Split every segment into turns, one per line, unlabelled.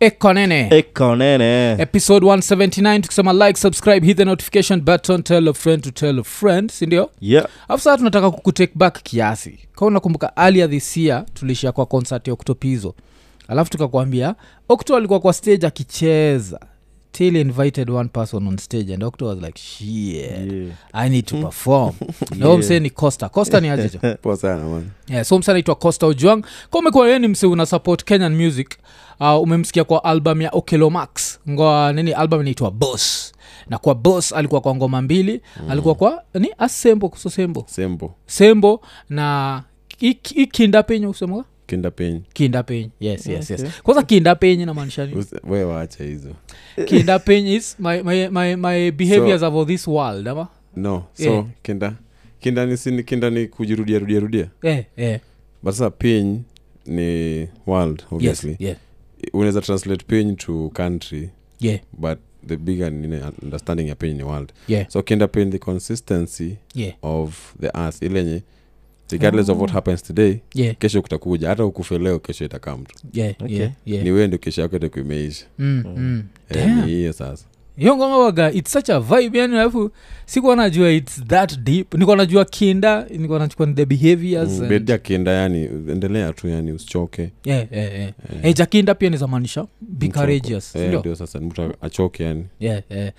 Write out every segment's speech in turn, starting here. ekonene
Eh. ekonene
episode 179 tukisema like subscribe hit the notification button tell a friend to tell a friend sindio
yeah.
afu saa tunataka kukutake back kiasi kaa unakumbuka alia this year tulishia kwa concert ya oktopizo alafu tukakwambia okto alikuwa kwa stage akicheza till invited one person on stage and okto was like shit
Yeah.
i need to perform na huyo msee ni costa costa ni ajijo
poa sana man
yeah, so msa anaitwa costa ujuang ka umekuwa yeye ni msi una support kenyan music uh, umemsikia kwa album ya okelomax ngoa nini album inaitwa boss na kwa boss alikuwa kwa ngoma mbili mm. alikuwa kwa ni asembo kuso sembo
sembo
sembo na iki- ikinda penye usemaga
kinda penyi
kinda penye yes, yes, yes. kwanza kinda penye namaanisha nini
Usi- we wacha hizo
kinda penye is my, my, my, my behaviors so, of this world ama
no so
Yeah.
kinda kinda ni sini kinda ni kujirudia rudia rudia
eh, eh.
but sasa piny ni world
yes,
obviously
yeah,
unaweza translate piny to country
yeah,
but the bigger nini understanding ya piny ni world
yeah,
so kinda piny the consistency
yeah,
of the earth ilenye regardless
Ah.
of what happens today
yeah,
kesho kutakuja hata ukufeleo kesho itakaa mtu
yeah,
Okay.
yeah, yeah.
ni wewe ndio kesho yako itakuwa imeisha
Mm, mm.
Eh,
Damn.
ni hiyo sasa
hiyo ngoma waga its such a vibe yani alafu sikuwa najua its that deep nikuwa najua kinda nikuwa nachukua ni the behaviors
Mm,
and-
bedi akienda yani endelea tu yani usichoke
yeah, yeah, yeah. Eh, ja kinda pia nizamanisha be courageous
Eh,
sindio?
ndio sasa ni mtu achoke yani
yeah, yeah.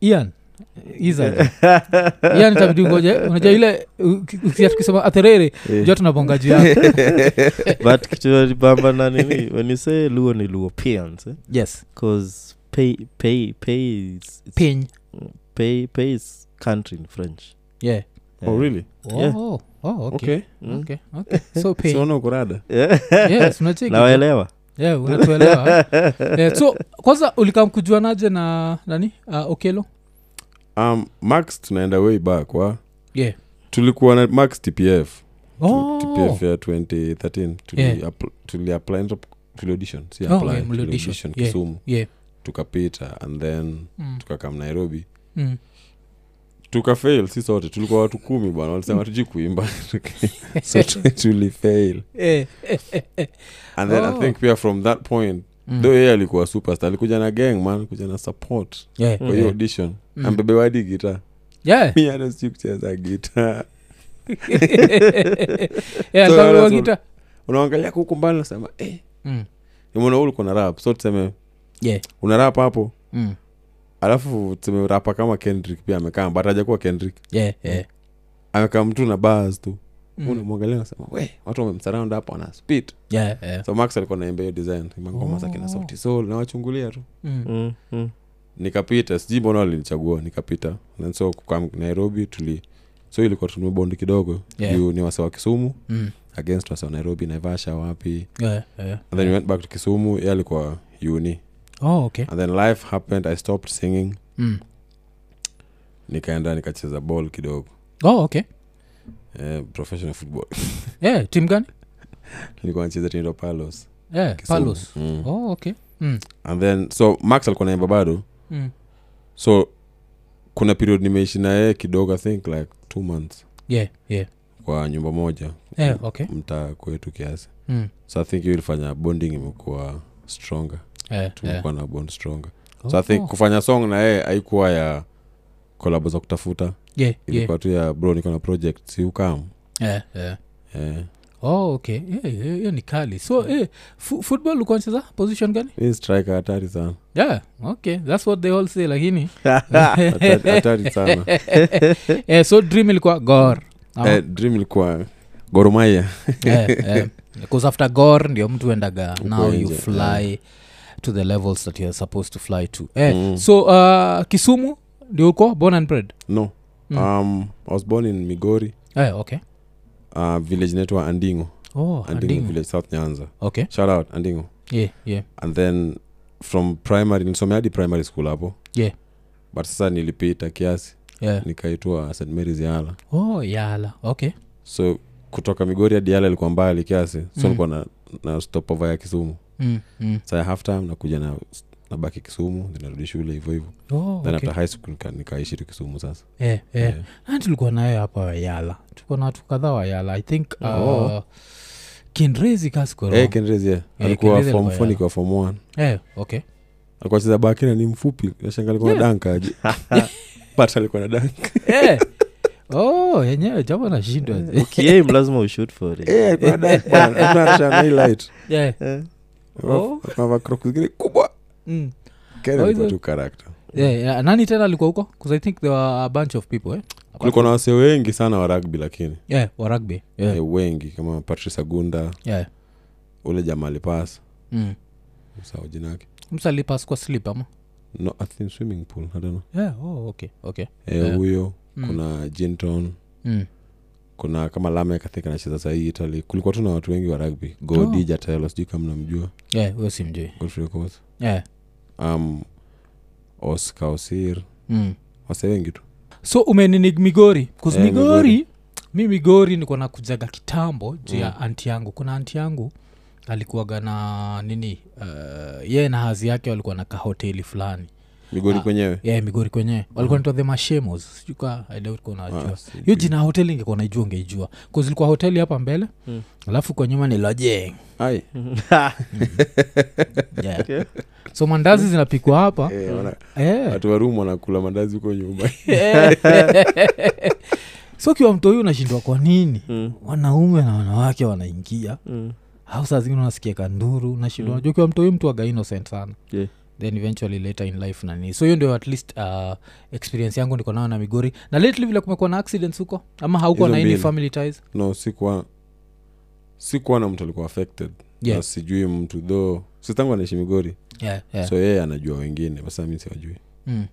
ian Iza. Ian itabidi ngoje unajua ile uki- uki- tukisema atherere
Eh.
jua tunabonga juu yake
but kichubamba na nini when you say luo ni luo pians eh?
yes
cause pay pay pay is, it's-
piny
pay pay is country in french
yeah.
oh really
oh,
Yeah.
oh, oh, okay.
okay
Mm.
Okay, okay. so piny.
siona ukurada
yes, eh? unacheki.
nawaelewa
Yeah, unatuelewa yeah, so kwanza ulikam kujua naje na nani uh, okelo
um, max tunaenda way back wa
yeah.
tulikuwa na max tpf Tu-
Oh.
tpf ya 2013 tuli
Yeah.
appl- tuli apply ndo- tuli audition si
Oh,
apply,
yeah, mli
tuli
audition.
audition
Yeah.
kisumu
Yeah.
tukapita and then
Mm.
tukakam nairobi
Mm.
tukafail si sote tulikuwa watu kumi bwana walisema tuji kuimba so tu- tulifail
Eh, eh, eh, eh.
and then
Oh.
i think pia from that point
Mm.
though yeye alikuwa superstar alikuja na gang man kuja na support
Yeah,
kwa hiyo
yeah.
audition
Mm.
ambebe wadi gita
Yeah.
mi hata sijui kucheza gita
Yeah,
So,
alikuwa
that's
gita.
unaangalia huku mbali nasema eh,
Mm.
nimeona huyu uko na rap so tuseme
Yeah.
una rap hapo
Mm.
alafu tuseme rapa kama kendrick pia amekaa but hajakuwa kendrick
Yeah, yeah.
amekaa mtu na bars tu
Mm.
unamwangalia nasema we watu wamemsaraund hapo ana spit
Yeah, yeah.
so max alikuwa naimba hiyo design
Oh.
mangoma za kina sauti sol nawachungulia tu
Mm.
Mm, mm.
nikapita sijui mbona walinichagua nikapita And so kukam nairobi tuli so ilikuwa tumebond kidogo
Yeah.
juu ni wase wa kisumu
Mm.
against wase wa nairobi naivasha wapi
Yeah, yeah.
and then we went back to kisumu ye alikuwa uni
Oh, okay.
and then life happened i stopped singing
Mm.
nikaenda nikacheza ball kidogo
Oh, okay.
eh, professional football
Yeah, timu gani?
nilikuwa nacheza tindo palos
Yeah,
Kisumu.
Palos.
Mm.
Oh, okay. Mm.
and then so max alikuwa naimba bado
Mm.
so kuna period nimeishi na yeye kidogo i think like two months
Yeah, yeah.
kwa nyumba moja
Yeah, okay.
mtaa kwetu kiasi
Mm.
so i think hiyo ilifanya bonding imekuwa stronger
Yeah, yeah.
tumekuwa na bond stronger so i
Oh.
think kufanya song na yeye haikuwa ya kolabo za kutafuta
Yeah, yeah.
ilikuwa tu ya bro niko na project si ukam
Yeah, yeah.
eh,
Oh, okay. Yeah, yeah, hiyo ni kali so eh, fu- football ulikuwa unacheza position gani
hii striker hatari sana
yeah okay that's what they all say lakini
Hatari- hatari sana
eh, so dream ilikuwa gor Ama-
eh, dream ilikuwa goromaya
Eh, eh. Because after gor ndio mtu endaga now you
nje,
fly to the levels that youare supposed to fly to eh,
Mm.
so uh, kisumu ndio uko born and bred
no
Mm.
um, i was born in migori
eh, okay
uh, village netwa andingo
oh,
andingo
Andingu.
village south nyanza
okay
shout out andingo
yeah, yeah.
and then from primary nisomea hadi primary school hapo
Yeah.
but sasa nilipita kiasi
Yeah.
nikaitwa st marys yala
oh yala okay
so kutoka migori hadi yala ilikuwa mbali kiasi
Mm.
so nilikuwa na, na stopova ya kisumu
mm, mm.
saa ya half time nakuja na nabaki kisumu ninarudi shule hivyo hivyo
oh,
then
okay.
after high school nika- nikaishi tu kisumu sasa
eh, eh.
Yeah.
Na tulikuwa nayo hapa wayala tulikuwa na watu kadhaa wayala i think uh,
Oh.
kenrezi kasiko
Eh, Kenrezi, yeah.
Eh,
alikuwa
Kenrezi
form
alikuwa
four,
yellow.
nilikuwa form one.
eh, okay
alikuwa cheza bakina ni mfupi nashanga alikuwa na
Yeah.
danka aje but alikuwa na danka
eh. oh yenyewe jabo nashindwa
ukiaim lazima ushoot for it
Eh, alikuwa na danka bwana. Hakuna hata na hii light.
yeah.
Eh.
Oh.
Alikuwa amevaa crocs zingine kubwa
mm.
Ken
Oh,
alikuwa
hizo-
tu character.
yeah, yeah. nani tena alikuwa huko 'Cause i think there were a bunch of people eh?
kulikuwa na wasee wengi sana wa rugby lakini
yeah, wa rugby yeah.
Eh, wengi kama patrice agunda
Yeah.
ule jamali pas
Mm.
sawa jinake
msalipas kwa slip ama
no, I think swimming pool I don't know.
yeah, oh, okay okay
Eh,
Yeah.
huyo
Mm.
kuna jinton
mm.
kuna kama lamek athink anacheza sahii italy kulikuwa tu na watu wengi wa rugby godi
Oh.
oh. jatelo sijui kama namjua
yeah, huyo si mjui
godfrey Okoth.
yeah.
um, oscar osir
mm.
wase wengi tu
so umenini migori bcause
Eh,
migori,
Migori.
mi migori niko na kujaga kitambo juu ya
Mm.
anti yangu kuna anti yangu alikuwaga na nini uh, yeye na hazi yake walikuwa na kahoteli fulani
migori
Ah.
kwenyewe
ye yeah, migori kwenyewe walikuwa naitwa the mashemos sijuka idaukonajua
Ah, sijui.
hiyo jina ya hoteli ingekuwa naijua ungeijua kuzilikuwa hoteli hapa mbele
Mm.
alafu kwa nyuma ni lojeng
Ai.
Ah,
yeah. so mandazi zinapikwa hapa
Eh, wana-
Ah. Eh.
watu warumu wanakula mandazi huko nyumba
so ukiwa mtu huyu unashindwa kwa nini
Mm,
wanaume na wanawake wanaingia
mm.
au saa zingine unasikia kanduru nashindwa
Mm.
najua kiwa mtu huyu mtu aga innocent sana
Yeah.
then eventually later in life nani so hiyo ndio at least uh, experience yangu niko nayo na migori na lately vile kumekuwa na accidents huko ama haukuwa
Hizo
na any
mbili.
family ties
no sikuwa sikuwa na mtu alikuwa affected
Yeah.
na sijui mtu dho sitangu anaishi migori
yeah, yeah.
so yeye anajua wengine basa mi siwajui
mm.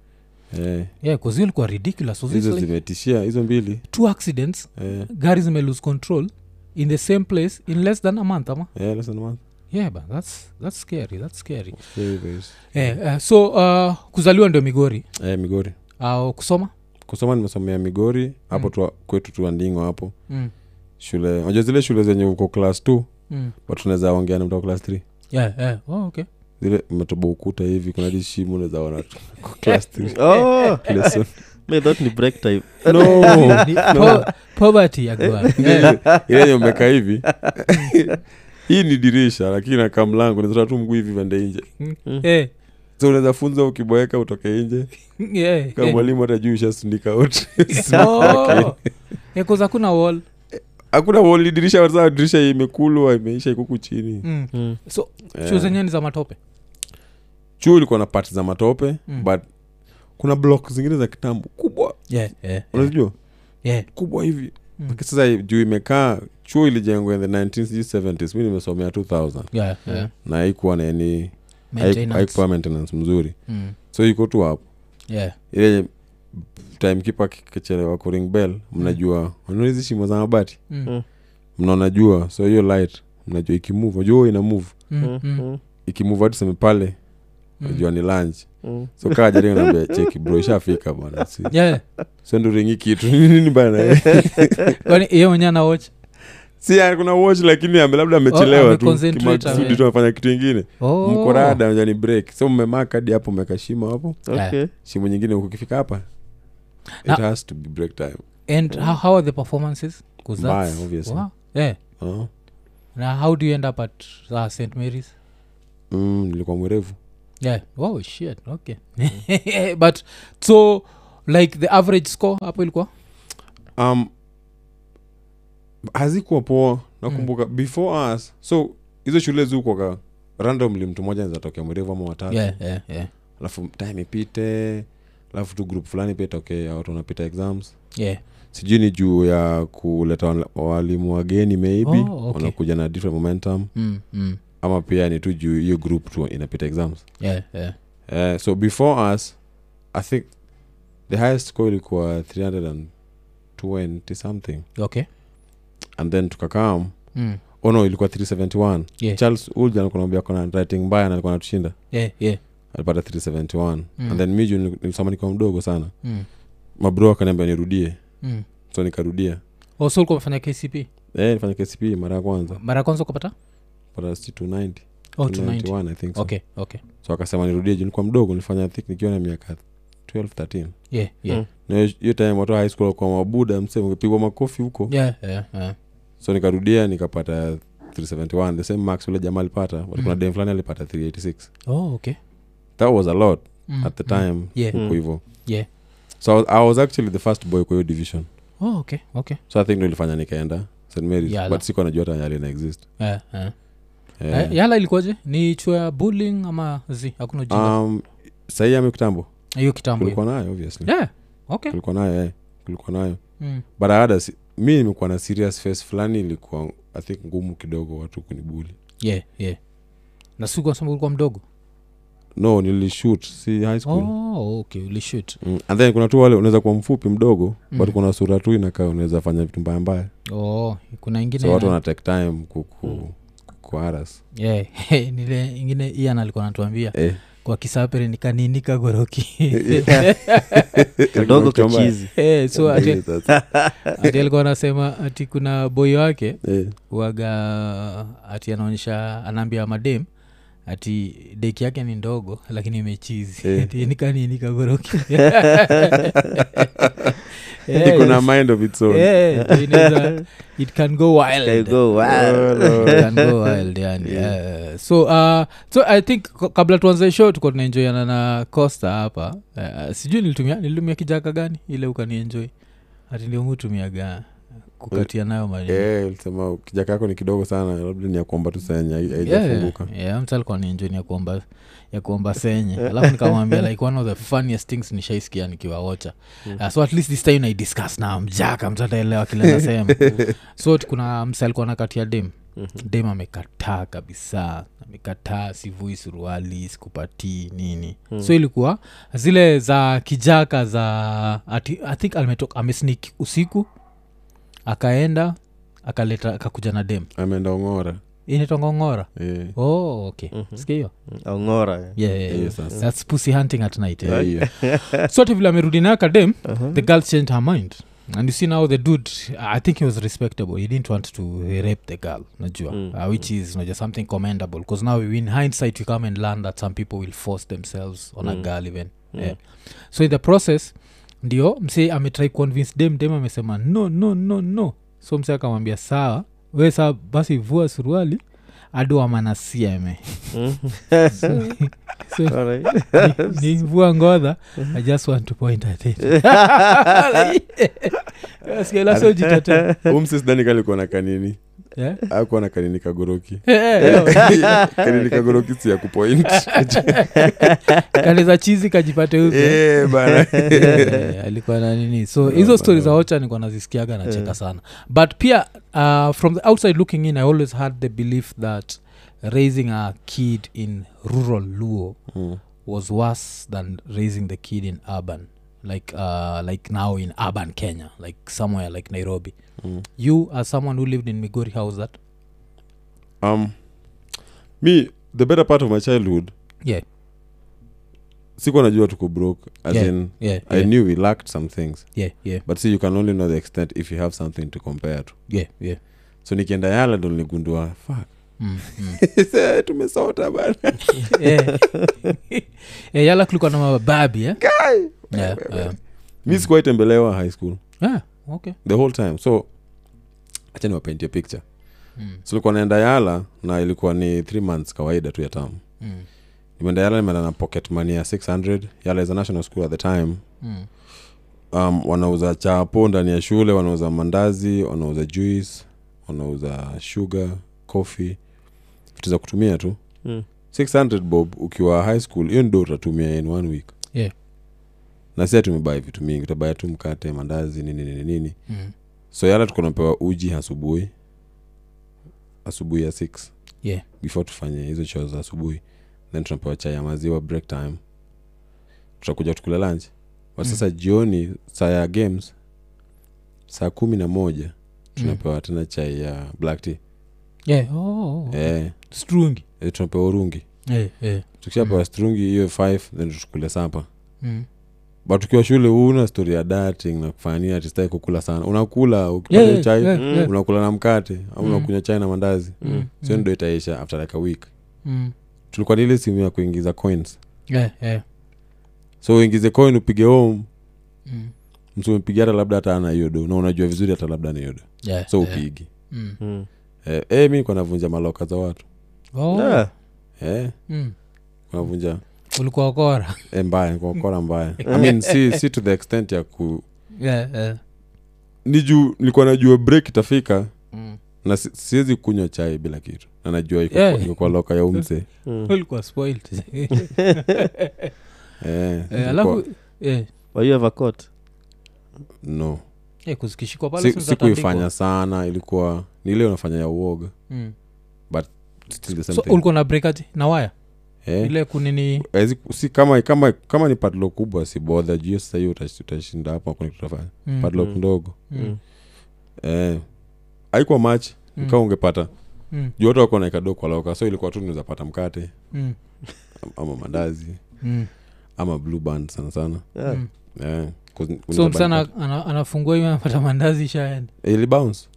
Eh,
yeah, 'cause hiyo ilikuwa ridiculous Was
hizo
it like
zimetishia hizo mbili
two accidents
Eh,
gari zimelose control in the same place in less than a month ama
eh, less than a month.
yeah but that's, that's scary that's scary
Very, very s-
eh, eh, so uh, kuzaliwa ndio migori
eh, migori
au kusoma
kusoma nimesomea migori hapo
Mm.
tu kwetu tuandingwa hapo
mm.
shule unajua zile shule zenye uko class t
Mm.
but unaweza ongea na mtu wa class three
Yeah, yeah. Oh, okay.
zile umetoba ukuta hivi kuna dishimu unaweza ona tu kwa class three
Oh,
lesson
me thought ni break time
no
Ni po- poverty ya Goa. Yeah.
ile yenye umekaa hivi hii ni dirisha lakini nakaa mlango unaweza toa tu mguu hivi vende nje
Eh,
so unaweza funza ukiboeka utoke nje
yeah,
kama
yeah.
mwalimu hata juu ushasindika wote
Oh. Eh, 'cause hakuna wall
hakuna woli dirisha wasaa dirisha imekulwa imeisha ikuku chini
mm.
Mm.
so
Eh,
chuo zenyewe ni za matope
chuo ilikuwa na pati za matope
Mm.
but kuna blok zingine za kitambo kubwa
yeah, yeah, yeah.
unajua
Yeah.
kubwa hivi
Mm.
Lakini sasa juu imekaa chuo ilijengwa in the 1970s mi nimesomea 2000
Yeah, yeah.
na haikuwa na yani haiku-
Maintenance.
haikuwa maintenance mzuri
Mm.
so iko tu hapo
Yeah.
ile timekeeper kikichelewa kuring bell
Hmm.
mnajua unaona hizi shimo za mabati
Mm.
Mm.
mnaonajua so hiyo light mnajua ikimove unajua huwa ina move
Mm, mm,
Mm,
ikimove hadi tuseme pale
mm.
unajua ni lunch
mm.
so kaa jaribu naambia cheki bro ishafika bwana si
Yeah.
so ndio ringi kitu nini bana
Kwani yeye mwenyewe anawatch?
si ah, kuna watch lakini ame labda amechelewa tu
ameconcentrate, ame-
kimakusudi tu amefanya kitu ingine
Oh.
mkorada unajua ni break so mmemaka hadi hapo mmeka shimo hapo
Okay.
shimo nyingine huko ukifika hapa
Na-
it has to be break time
and how, how are the performances 'Cause
Mbaya,
that's-
obviously.
Wow. Yeah.
uh-huh.
na how do you end up at uh, st marys
mm, nilikuwa mwerevu
yeah wow shit okay
Mm.
but so like the average score hapo ilikuwa
um, hazikuwa poa nakumbuka
Mm.
before us so hizo shule zikuwaga randomly mtu mmoja nizatokea mwerevu ama watatu
yeah yeah yeah
alafu time ipite alafu tu group fulani pia itokee ya watu wanapita exams
yeah
sijui ni juu ya kuleta wala- walimu wageni maybe
Oh, okay.
wanakuja na different momentum
mm, mm.
ama pia ni tu juu hiyo group tu inapita exams
yeah yeah
uh, so before us i think the highest score ilikuwa 320 something
okay
and then tukakam
mm.
oh no ilikuwa 371
Yeah.
charles ulja alikuwa kona writing mbaya na alikuwa natushinda
yeah yeah
alipata 371
Mm.
and then miju nilisoma nikiwa mdogo sana
mm.
mabro akaniambia nirudie
mm.
so nikarudia
also ulikuwa umefanya kcp
eh, nifanya kcp mara ya kwanza
mara ya kwanza ukapata
pata si 290
oh, 290
291 i think so.
okay okay
so akasema nirudie juu nilikuwa mdogo nilifanya I think nikiwa na miaka 12 13
yeah yeah
Na hiyo- hiyo time watu wa high Mm. school kwa mabuda msee ungepigwa makofi huko
yeah yeah yeah
so nikarudia nikapata 371 the same max ule jamaa alipata but kuna
Mm.
dem fulani alipata 386
oh, okay.
that was a lot
mm.
at the
mm.
time
Yeah.
huko
Mm.
hivo
Yeah.
so I was- i was actually the first boy kwa hiyo division
Oh, okay okay
so i think ndo ilifanya nikaenda st marys
Yala.
but siko najua tayari ina exist
Eh, eh.
yeah.
Eh, yala ilikuwaje ni chuo ya bullying ama z hakuna ujinga
um, sahii ame kitambo
hiyo kitambo hiyo.
kulikuwa nayo obviously
yeah. okay
kulikuwa nayo eh. kulikuwa nayo
mm.
but I had a, se- mi nimekuwa na serious face fulani ilikuwa i think ngumu kidogo watu kunibuli
yeah, yeah. na siku nasema ulikuwa mdogo
no nilishut si high school
oh, okay ulishut
mm. and then kuna tu wale unaweza kuwa mfupi mdogo
Mm.
mm. but kuna sura tu inakaa unaweza fanya vitu mbaya mbaya
oh, kuna ingine
so watu wana take time kuku
Mm.
mm. kuaras
yeah. nile ingine ian alikuwa natuambia
eh.
kwa kisapere nikaninika goroki
kadogo
Kitu mbaya.
kachizi
Eh, so ati,
Eh, that's-
ati alikuwa anasema ati kuna boi wake
eh.
waga ati anaonyesha anaambia madem ati deki yake ni ndogo lakini imechizi
Eh.
Ati nikaninika goroki
Iko na mind of its own
Yeah, it, is a, Eh, it can go wild.
Kaigo,
Oh,
wow.
It can go wild, yani. Yeah, so uh, so i think k- kabla tuanze show tuko tunaenjoyana na costa hapa uh, sijui nilitumia nilitumia kijaka gani ile ukanienjoy ati ndio mutumiaga kukatia nayo maneno.
Eh, ulisema kijaka yako ni kidogo sana labda ni ya kuomba tu senya
Yeah,
haijafunguka
yeah, mtu alikuwa nienjoy ni ya kuomba ya kuomba senye alafu nikamwambia like one of the funniest things nishaisikia nikiwaocha
Mm.
uh, so at least this time naidiscuss na mjaka mtu ataelewa kile nasema
Mm-hmm.
so t- kuna msa alikuwa nakatia dem dem amekataa kabisa amekataa sivui suruali sikupatii nini
Mm.
so ilikuwa zile za kijaka za ati, i think ametoka amesnik usiku akaenda akaleta akakuja na dem
ameenda ongora
inatongongora
Eh,
oh okay
Mhm.
sikia hiyo
aungora
Yeah, yeah, yeah.
hiyo sasa
That's pussy hunting at night eh?
Eh, hiyo.
sote vile amerudi nayo kadem
Uh-huh.
the girl changed her mind and you see now the dude i think he was respectable he didn't want to rape the girl najua
Mm.
uh, which is najua something commendable because now in hindsight you come and learn that some people will force themselves on a
Mm.
girl even
Mm.
yeah. so in the process ndio msee ametry convince dem dem amesema no no no no so msee akamwambia sawa we saa basi vua suruali adoamanasieme
Mhm.
so, so
Alright.
Ni- ni vua ngodha i just want to point at it Sikia, la so jitate.
Huyu msee sidhani kama alikuwa na kanini
Eh?
akuwa na kanini kagoroki
Eh, eh, no.
kanini kagoroki si ya kupoint
kale za chizi kajipate huko eh,
Eh, bana.
eh, alikuwa na nini so hizo stori za ocha nikuwa nazisikiaga nacheka sana but pia uh, from the outside looking in i always had the belief that raising a kid in rural luo
Mm.
was worse than raising the kid in urban like uh, like now in urban kenya like somewhere like nairobi
Mm.
you as someone who lived in migori how's that
Um, me the better part of my childhood
Yeah.
sikuwa najua tuko broke as
Yeah.
in
yeah
i knew we lacked some things
yeah yeah
but see you can only know the extent if you have something to compare to
yeah yeah
so nikienda yala ndo niligundua fuck
Mm, mm.
Eh, tumesota bana
Eh. Eh, yala kulikuwa na mababi eh? yeah, yeah.
mi sikuwai tembelewa high school
yeah, Ah, okay
the whole time so acha niwapaintie picture
mm,
so likuwa naenda yala na ilikuwa ni three months kawaida tu ya tam
mm,
nimeenda yala nimeenda na pocket money ya 600 yala is a national school at the time
mm,
um, wanauza chapo ndani ya shule wanauza mandazi wanauza juice wanauza sugar coffee vitu za kutumia tu
Mm.
600 bob ukiwa high school hiyo ndo utatumia in one week
Yeah.
na si atumebai vitu mingi utabaya tu mkate mandazi nini nini nini
mm.
so yala tuko napewa uji asubuhi asubuhi ya 6
Yeah.
before tufanye hizo choo za asubuhi then tunapewa chai ya maziwa break time tutakuja tukula lunch but
Mm.
sasa jioni saa ya games saa kumi na moja
Mm.
tunapewa tena chai ya black tea
yeah. oh, oh, oh.
eh,
strungi
eh, tunapewa urungi
eh, eh.
tukishapewa
Mm.
strungi hiyo 5 then tutukule sapa
Mm.
but ukiwa shule huna story ya dating na kufanya nini atistai kukula sana unakula ukipata
Yeah,
hiyo
yeah,
chai
yeah,
Mm.
yeah.
unakula na mkate au
Mm.
unakunywa chai na mandazi
Mm,
sio
mm,
ndo itaisha after like a week
mm.
tulikuwa na ile simu ya kuingiza coins
Yeah, yeah.
so uingize coin upige home
Mm.
msi umempigia hata labda hata ana yodo na unajua vizuri hata labda ana yodo
Yeah,
so
yeah.
upigi
Mm.
Mm.
eh, eh, mi kwa navunja maloka za watu
oh.
Da.
eh,
mm.
navunja
ulikuwa wakora
eh, mbaya kwa kora mbaya I mean, si, si to the extent ya ku
yeah, yeah.
ni juu nilikuwa najua break itafika
Mm.
na si- siwezi kunywa chai bila kitu na najua iko
Yeah.
iko kwa loka ya umse
Mm.
ulikuwa spoiled Eh,
eh, nilikuwa-
alafu eh,
Were you ever caught?
no
eh, kuzikishikwa pale
Si-
si utatandikwa.
sikuifanya sana ilikuwa ni ile unafanya ya uoga
Mm.
Still the same
so
thing.
ulikuwa na breakati na waya
Eh.
ile kunini
Haizi- si kama kama kama ni padlo kubwa si bodha juu hiyo sasa hiyo utash- utashinda hapa kuna kitu utafanya
Mm,
padlo
Mm.
ndogo
mm,
eh haikuwa mach
Mm.
ikawa ungepata
mm,
juu watu wako naekado kwa loka so ilikuwa tu niweza pata mkate
mm,
ama mandazi
mm,
ama blue band sana sana
Yeah.
mm.
eh 'cause ni-
so
unaweza
msana
pata-
ana- anafungua hiyo anapata mandazi ishaenda
ili bounce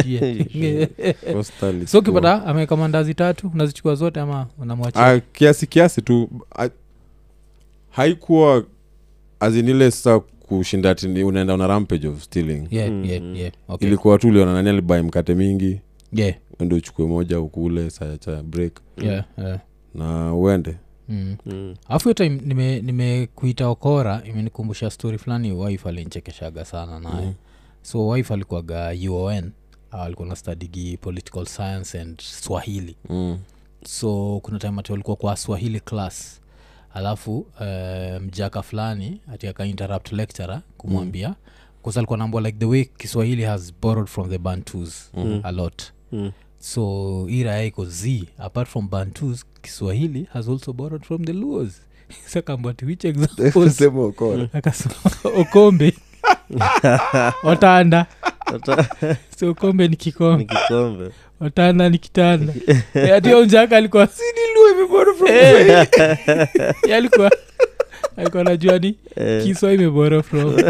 Shit.
Costa
Eh. so
ilikuwa-
ukipata ameweka mandazi tatu unazichukua zote ama unamwachia
Ah, kiasi kiasi tu ah, haikuwa azinile sasa kushinda ati ni- unaenda una rampage of stealing
yeah,
Mm,
yeah,
mm.
yeah. Okay.
ilikuwa tu uliona nani alibai mkate mingi
yeah,
uende uchukue moja ukule saa cha break
yeah, yeah.
na uende
Mm.
Mm.
alafu hiyo time nime- nimekuita okora imenikumbusha story fulani wife alinchekeshaga sana naye
Mhm.
so wife alikuwaga uon ah, alikuwa na studigi political science and swahili
mm.
so kuna time ati walikuwa kwa swahili class alafu eh, mjaka fulani ati akainterrupt lecturer kumwambia mm. alikuwa naambua like the way kiswahili has borrowed from the bantus mm. a lot
Mm.
so hii raya iko z apart from bantus kiswahili has also borrowed from the luos sakambati which examples Mm. akasema okombe otanda
Ata-
so okombe ni
ni
kikombe
kikombe
otanda ni kitanda Eh, ati huyo mjaka alikuwa Eh. Yeah, alikuwa alikuwa najua ni
Eh,
kiswa imebora from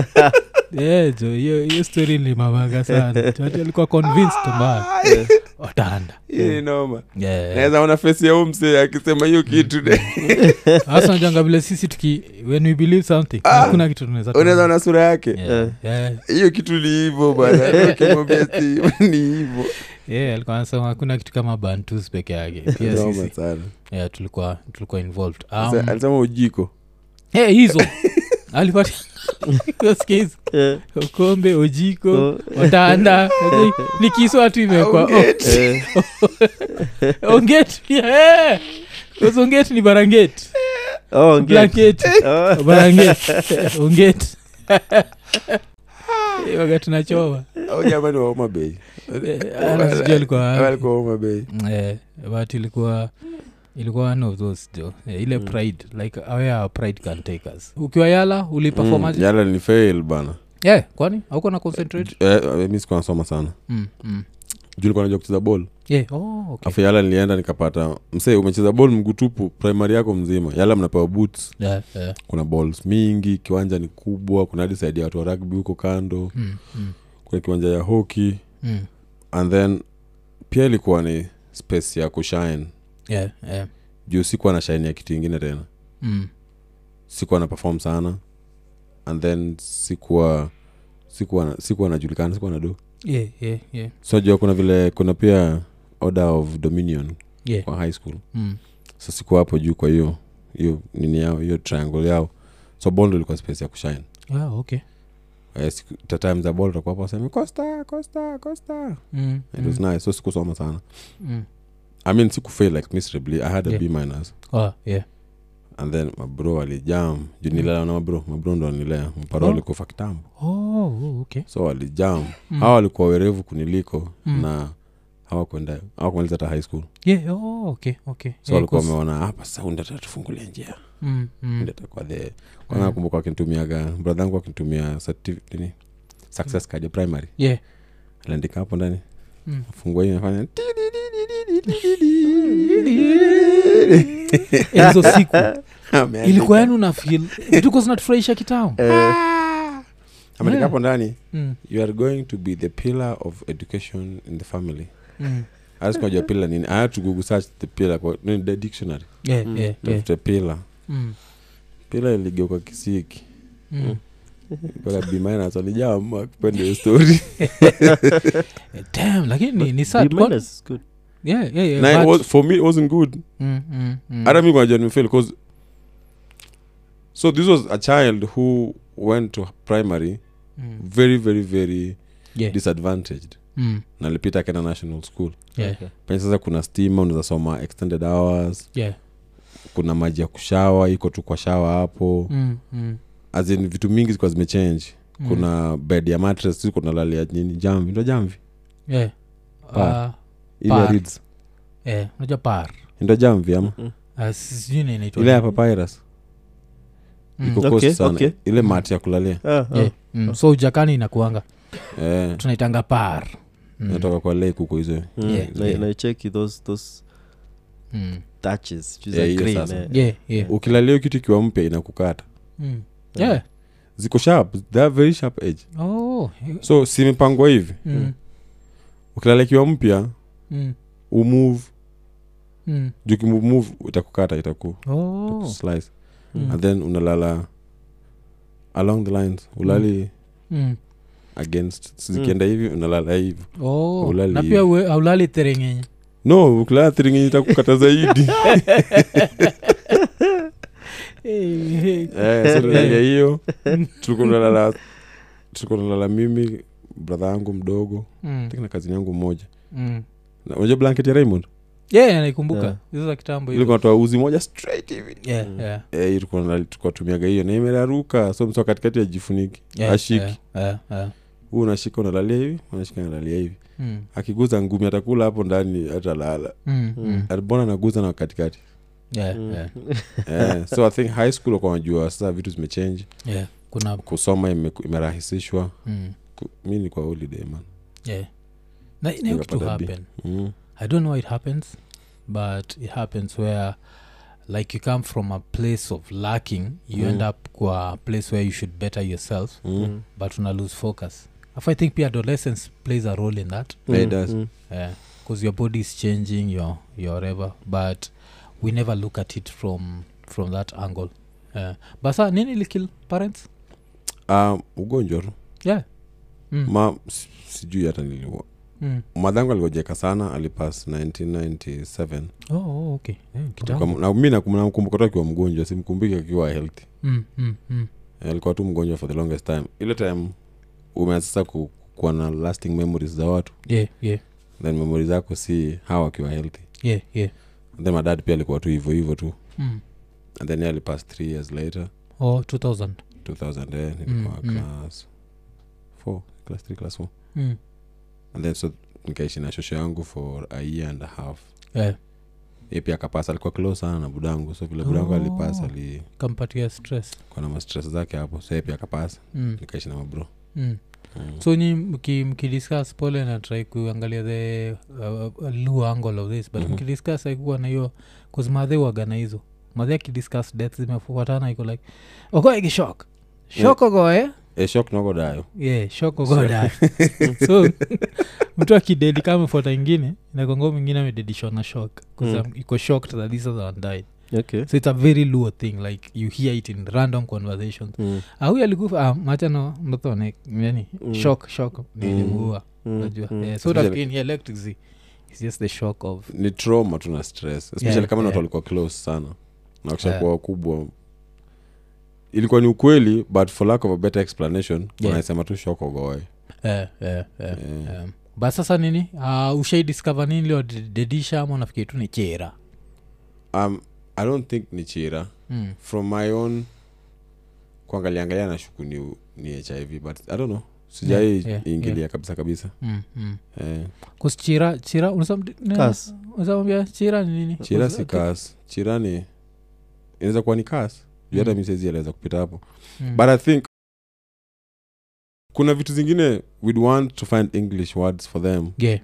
Eh, jo hiyo hiyo story nilimamaga sana Jo, ati alikuwa convinced mbaya
eh,
otanda Yeah.
nawezaona fesi ya umse akisema hiyo kitu de
hasa najanga vile sisi tuki when we believe something hakuna kitu tunaweza
Ah! unaweza ona sura yake
Yeah, yeah.
hiyo kitu ni hivo bana ukimwambia Steve, ni hivo
Yeah, alikuwa anasema hakuna kitu kama bantus peke yake pia
Noma
sisi
sana.
yeah, tulikuwa tulikuwa involved
Sasa,
um,
alisema ujiko
eh, hizo alipata Unasikia hizo?
eh,
okombe ojiko
oh,
otanda ni kiswa tu imekwa
eh,
ongeti eh. Because ongeti ni barangeti
oh, nge-
blanketi
oh,
barangeti ongeti Eh, waga tunachoma
au jamani wa Homa Bay.
Eh, ana sijui alikuwa wapi.
Walikuwa Homa Bay.
Eh, but ilikuwa ilikuwa one of those jo Eh, ile
Mm.
pride like aware our pride can take us ukiwa yala uliperformaje
Mm, yala ni fail bana
yeah, kwani auko na concentrate
Eh, eh, mi sikuwa nasoma sana
mm, mm.
juu nilikuwa najua kucheza bol
yeah. oh, okay.
afu yala nilienda nikapata msee umecheza bol mguu tupu primary yako mzima yala mnapewa boots
yeah, yeah.
kuna balls mingi kiwanja ni kubwa kuna hadi saidi ya watu wa rugby huko kando
Mm, mm,
kuna kiwanja ya hockey
mm.
and then pia ilikuwa ni space ya kushine
yeah, yeah.
juu sikuwa na shine ya kitu ingine tena
Mm.
sikuwa na perform sana and then sikuwa sikuwa na- sikuwa najulikana sikuwa na do
yeah, yeah, yeah.
so jua kuna vile kuna pia order of dominion
yeah.
kwa high school
Mm.
so sikuwa hapo juu kwa hiyo hiyo nini yao hiyo triangle yao so ball ndo ilikuwa space ya kushine
Ah, okay
Eh, siku- the time za ball utakuwa hapo waseme costa costa costa
Mm,
it was
mm,
nice so sikusoma sana
mm.
i mean sikufail like miserably i had a
Yeah.
b minus
Ah, yeah.
and then mabro walijam juu nilala na mabro mabro ndo nilea mparo
Mm. Oh.
walikufa kitambo
Oh, oh, okay
so walijam
Mm.
hawa walikuwa werevu kuniliko
Mm.
na hawakwenda hawakumaliza hata high school
yeah, oh, okay okay
so
Yeah,
walikuwa
'cause-
wameona hapa sasa huyu ndo atatufungulia njia
mm, mm.
Ndio atakuwa the kwanza nakumbuka wakinitumiaga brother yangu akinitumia certificate nini success
Mm.
card ya primary
yeah.
aliandika hapo ndani
Mm.
fungua hiyo nafanya
Eh, hizo siku
Eh,
ilikuwa yani unafil vituko zinatufurahisha kitambo
Eh.
Ah.
ameandika
Yeah.
hapo ndani
Mm,
you are going to be the pillar of education in the family
mm.
asikunaja pillar nini i had to google search the pillar kwa nini the dictionary
Yeah,
Mm.
yeah, yeah.
tafute pillar
Mm,
pillar iligeuka kisiki
mm.
Pala B minus walijaa mma kupenda hiyo story
Eh, damn, lakini ni- ni sad
B
kwa-
minus is good.
yeah, yeah, yeah,
na it
but-
was, for me it wasn't good
Mm, mm, mm.
hata mi kunajua nimefail cause so this was a child who went to primary
Mm,
very very very
yeah,
disadvantaged
mm,
na alipita akaenda national school
yeah,
penye sasa kuna stima unaweza soma extended hours
yeah,
kuna maji ya kushawa iko tu kwa shawa hapo
mm, mm,
as in vitu mingi zikuwa zimechange
mm.
kuna bed ya mattress si kuna lali ya nini jamvi ndo jamvi
Yeah.
Par.
Ah,
ile ya
Par.
reeds
eh, unajua par
ndo jamvi ama
Mhm.
Ah, si- sijui nini inaitwa.
ile ya papyrus
Mm,
iko
Okay,
coast sana
okay.
ile mati ya kulalia
Ah, ah.
yeah, mm. so ujakani inakuanga
eh,
tunaitanga par Mm,
natoka kwa lake huko hizo
Mm,
Yeah.
na-
Yeah.
naicheki those those
mm.
touches sijui za
Yeah, hiyo
green,
sasa.
eh.
Yeah, yeah.
ukilalia hiyo kitu ikiwa mpya inakukata
Mm.
Yeah.
Yeah.
ziko sharp they are very sharp edge
Oh.
so simepangwa hivi
Mm,
ukilalia ikiwa mpya
mm,
umove
mm.
jukimove itakukata itaku
Oh.
slice
Mm.
and then unalala along the lines ulali
Mm.
against
Hmm.
zikienda hivi unalala hivi
Oh.
Haulali
na
hivi.
pia we- haulali terengenye
no ukilala thiringi itakukata zaidi Eh, so tunalia hiyo tulikuwa tunalala tulikuwa tunalala mimi bradha yangu mdogo
Mm,
lakini na kazini yangu mmoja
mm.
Na unajua blanket ya raymond
yeah naikumbuka
Yeah.
hizo za kitambo hizo.
ilikuwa natoa uzi moja straight hivi
Yeah,
Mm.
yeah,
Eh, hiyo tulikuwa tunala- tulikuwa tumiaga hiyo na imeraruka so mtu katikati ajifuniki
yeah,
ashiki
yeah, yeah, yeah.
huu unashika unalalia hivi unashika unalalia hivi
Mm,
akiguza ngumi atakula hapo ndani atalala
mm, mm.
alibona anaguza na katikati
Yeah,
Mm.
yeah,
eh, so i think high school wakuwa wanajua sasa vitu zimechange
yeah. kuna
kusoma ime- imerahisishwa
mm,
Ku- mi ni kwa holiday man
yeah. na inayo kitu
Nikapata B.
happen
mm.
i don't know why it happens but it happens where like you come from a place of lacking you end
Mm.
up kwa a place where you should better yourself
Mm.
but una lose focus Alafu i think pia adolescence plays a role in that
Yeah, it does.
Mm.
because your body is changing your your whatever but we never look at it from from that angle yeah. but sa nini likil parents
Um, ugonjwa tu
yeah mm.
ma si- sijui hata niliwa
mm.
madhangu aligojeka sana alipas 1997
oh, oh, okay yeah,
Kwa-
kitambo.
na mi nakum- namkumbuka tu akiwa mgonjwa simkumbiki akiwa healthy
mm, mm, mm.
Eh, alikuwa tu mgonjwa for the longest time ile time umeanza sasa ku, kuwa na lasting memories za watu
yeah yeah
then memories zako si hawa akiwa healthy
yeah yeah
And then madad pia alikuwa tu hivyo hivyo tu
mm.
and then alipas 3 years later
oh 2000
2000 eh, nilikuwa
Mm, mm.
class 4 class 3 class 4
mm.
and then so nikaishi na shosho yangu for a year and a half
yeah
Yeye pia akapasa alikuwa close sana na budangu so vile budangu
Oh.
alipasa alikuwa
kampatia stress
na mastres zake hapo so yeye pia akapasa
mm.
nikaishi na mabro
Mm.
Mm.
so nyi mki- mkidiscuss pole na try kuangalia the uh, lu angle of this but
Mm-hmm.
Mhm.
mkidiscuss aikuwa na hiyo kuzmadhe waga na hizo madhe akidiscuss death zimefuatana iko like ogo ikishok shok ogoe
e shok noko dayo
yeah shok ogoda so mtu akidedi kama fuata ingine inakongo mwingine amededishwa na shok
Mm.
iko shocked that this other one died
Okay.
so it's a very low thing like you hear it in random conversations
Mm,
ahuyu alikufa ah, machano mthone yani
Mm.
shock shock nilimuua
mm,
unajua
mm.
yeah, so it would have been he electric z it's just the shock of
ni trauma tu na stress especially
Yeah,
kama ni watu
yeah.
walikuwa close sana na
Yeah.
wakishakuwa wakubwa ilikuwa ni ukweli but for lack of a better explanation
Yeah.
wanasema tu shok ogoe
eh, eh, eh,
Eh.
eh. but sasa nini uh, ushai discover nini leo dedisha ama nafikiri tu ni chera
um, i don't think ni chira
mm.
from my own kuangaliangalia na shuku ni, ni hiv but i don't know sijai
Yeah, yeah,
ingilia
yeah.
kabisa kabisa
mm, mm.
eh,
Kus chira chira unasam- nini?
Curse.
unasamwambia chira ni nini
chira
Kus-
si
okay.
kas chira ni inaweza kuwa ni kas juu hata
Mm.
mi saizi aliweza kupita hapo
Mm.
but i think kuna vitu zingine we'd want to find english words for them
yeah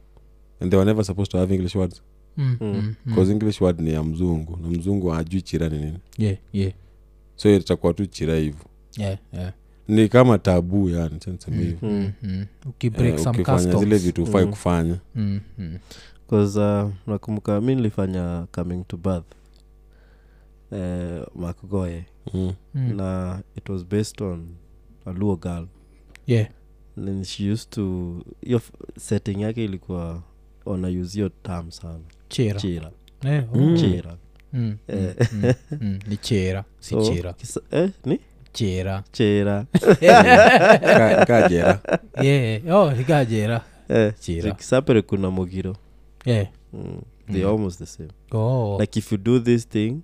and they were never supposed to have english words
Mm,
Mm.
mm, mm.
because english word ni ya mzungu na mzungu ajui chira ni nini
yeah yeah
so itakuwa tu chira hivyo
yeah yeah
ni kama tabu yani cha niseme hivyo
Mm,
Mm.
mm.
Eh,
ukibreak some mm.
ukifanya
customs Hmm.
zile vitu ufai
Mm.
kufanya
'Cause, uh, nakumbuka mi nilifanya coming to birth eh, makugoye
Mm.
na it was based on a luo girl
yeah
then she used to hiyo f- setting yake ilikuwa wanauzio tam sana
chera
chira
Eh, oh.
Mm.
chira
Mm,
Eh.
mm, mm, mm. ni chera si
So,
chera
kisa- eh, ni
chera
chira
Ka- kajera
yeah oh ika chera
Eh,
Chira.
so kisapere kuna mogiro
yeah
mm. they
Mm.
almost the same
oh
like if you do this thing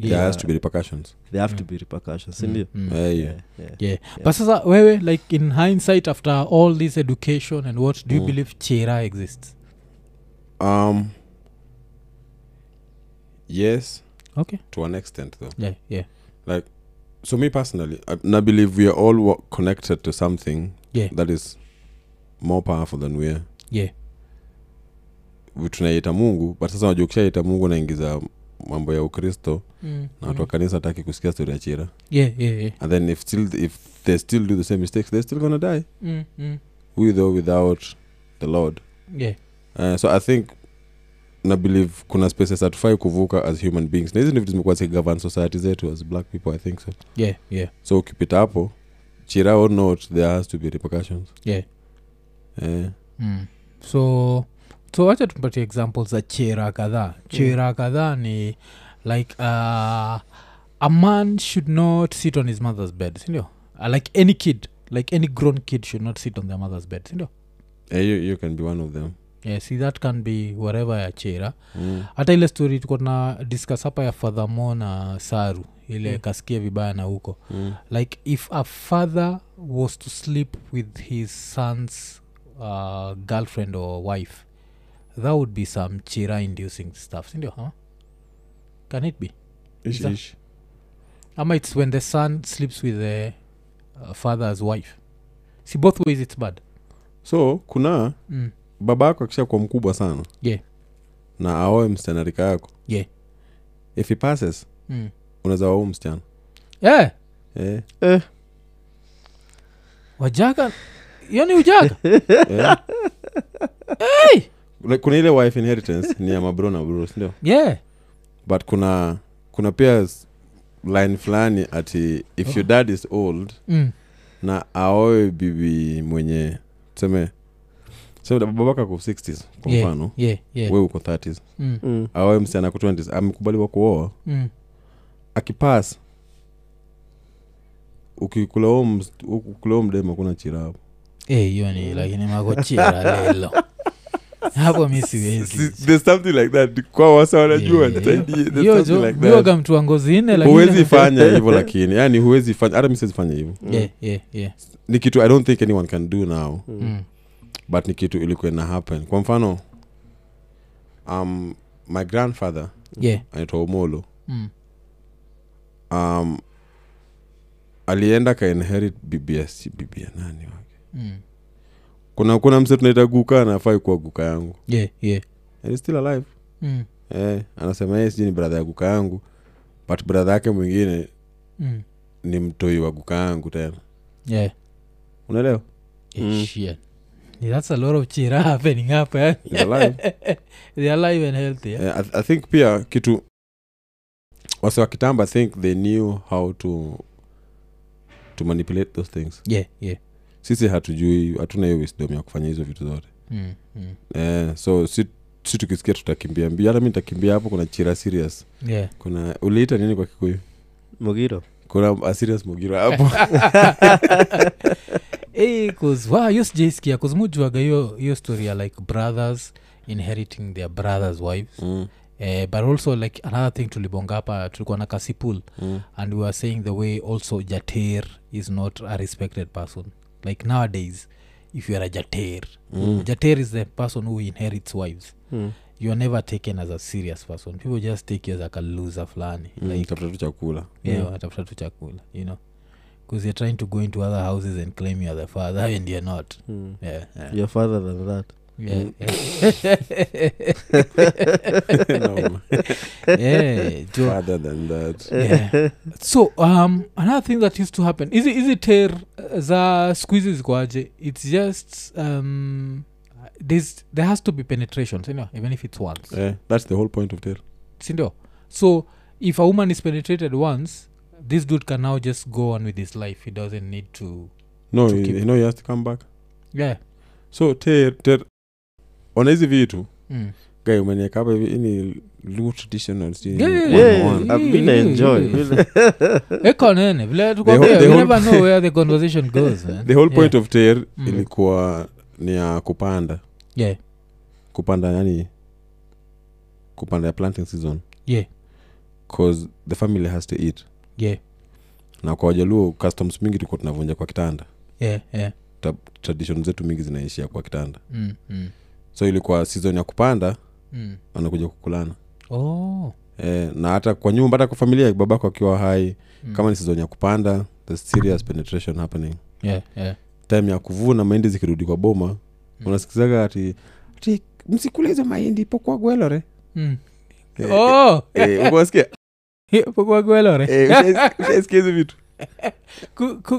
there
yeah.
has to be repercussions
there have to be repercussions sindio
Mm.
Eh, yeah.
yeah. yeah.
yeah. but sasa wewe like in hindsight after all this education and what do you
Mm.
believe chera exists
um yes
okay
to an extent though
yeah yeah
so me personally I, and I believe we are all wo- connected to something
Yeah.
that is more powerful than we are
yeah
We- tunaiita mungu but sasa unajua ukishaita mungu naingiza mambo ya ukristo
mm.
na watu wa kanisa hataki kusikia stori ya chira
yeah yeah yeah
and then if still if they still do the same mistakes they're still gonna die
mm. Mm.
with or without the lord
yeah
uh, so i think na believe kuna spaces hatufai kuvuka as human beings na hizi ni vitu zimekuwa zikigovern society zetu as black people i think so
yeah yeah
so ukipita hapo chira or not there has to be repercussions
yeah
eh,
mm. so so wacha tumpatie examples za chera kadhaa chera kadhaa ni like uh, a man should not sit on his mother's bed sindio uh, like any kid like any grown kid should not sit on their mother's bed sindio
eh, you, you can be one of them
yeah, see that can be wherever ya chera
mm.
hata ile story tuko na discuss hapa ya fadhamo na saru ile mm. kasikia vibaya na huko
Mm.
like if a father was to sleep with his son's uh, girlfriend or wife that would be some chira inducing stuff sindio huh? can it be
Ish,
Isa.
ish.
ama it's when the son sleeps with the uh, father's wife see both ways it's bad
so kuna
mm.
baba yako akisha kuwa mkubwa sana
Yeah.
na aoe msichana rika yako
Yeah.
if he passes
Mm.
unaweza wauu msichana
yeah
eh,
Eh,
wajaga hiyo ni ujaga
eh. Like, kuna ile wife inheritance ni ya mabro na bro sindio
yeah
but kuna kuna pia s- line fulani ati if
Oh.
your dad is old
mm.
na aoe bibi mwenye tuseme tuseme babaka ko 60s kwa
Yeah.
mfano
yeah yeah
we uko 30s
mm.
mm.
aoe msichana ko 20s amekubaliwa kuoa
Mm.
akipas ukikulao mdema kuna chira hapo
Eh, hiyo ni lakini makochira lelo hapo mi siwezi
There's something like that kwa wasa wanajua
Yeah.
nisaidie. There's
Hiyo
something
jo-
like
hiyo
that.
ga mtu wa ngozi nne lakini-
huwezi fanya hivyo lakini yani huwezi fanya hata mi siwezi fanya hivyo
Yeah, yeah, yeah.
ni kitu i don't think anyone can do now
Mm.
but ni kitu ilikuwa ina happen kwa mfano um, my grandfather
Yeah.
anaitwa omolo
Mm.
um, alienda kainherit bbs bibia nani wake
Mm.
kuna kuna mse tunaita guka anafai kuwa guka yangu
Yeah, yeah.
And he's still alive
Mm.
eh, anasema yeye sijui ni brother ya guka yangu but brother yake mwingine
Mm.
ni mtoi wa guka yangu tena
Yeah.
unaelewa
Eh,
Mm.
shit. that's a lot of chira happening up eh?
He's alive
they are alive and healthy eh?
Eh, I, I think pia kitu wase wa kitambo i think they knew how to to manipulate those things
yeah yeah
sisi hatujui hatuna hiyo wisdom ya kufanya hizo vitu zote
mm. Mm.
eh, so si, si tukisikia tutakimbia mbio hata mi nitakimbia hapo kuna chira serious
yeah
kuna uliita nini kwa kikuyu
mogiro
kuna a serious mugira hapo Mm,
Eh, 'cause, wow, hiyo sijaisikia 'cause mujuaga hiyo hiyo story ya like brothers inheriting their brothers wives
mm,
eh, but also like another thing tulibonga hapa tulikuwa na kasipul
mm,
and we were saying the way also jater is not a respected person like nowadays if you are a jater
mm,
jater is the person who inherits wives
Mm.
you are never taken as a serious person people just take you as like a loser fulani
mm,
like
tafuta tu chakula
yeah, wanatafuta tu chakula you know because you're trying to go into other houses and claim you are the father and you're not
Mm.
yeah, yeah.
you're further than that
Yeah,
Mm.
yeah.
No,
yeah, jo-
other than that
Yeah. so um, another thing that used to happen is it, is it ter za squeezes zikoaje it's just um, there's, there has to be penetration sindio even if it's once
eh, that's the whole point of tale
sindio so if a woman is penetrated once this dude can now just go on with his life he doesn't need to
no
To
he,
keep-
he, no, he has to come back
yeah
so te, te, ona hizi vitu
mm.
guy umenieka hapa hivi hii ni lu traditional sijui
Yeah,
nini,
yeah, yeah.
one on one.
Yeah.
I've been enjoy.
Yeah. ekonene eh? vile
The
tukwambia
whole- the
you
whole-
never know where the conversation goes man.
the whole point of ter
Mm.
ilikuwa ni ya kupanda
yeah. yeah
kupanda yani kupanda ya planting season
Yeah.
cause the family has to eat
yeah
na kwa wajaluo customs mingi tulikuwa tunavunja kwa kitanda
yeah yeah
tradition zetu mingi zinaishia kwa kitanda
mm, mm,
so ilikuwa season ya kupanda
mm.
wanakuja kukulana
oh
e, na hata kwa nyumba hata kwa familia babako akiwa hai
Mm.
mm. kama ni season ya kupanda there's serious penetration happening
yeah yeah
time ya kuvuna mahindi zikirudi kwa boma mm. unasikizaga ati ati msikule hizo mahindi pokuwa gwelore
mm. oh
Eh, ukuwasikiaushaisikia hizo vitu Eh,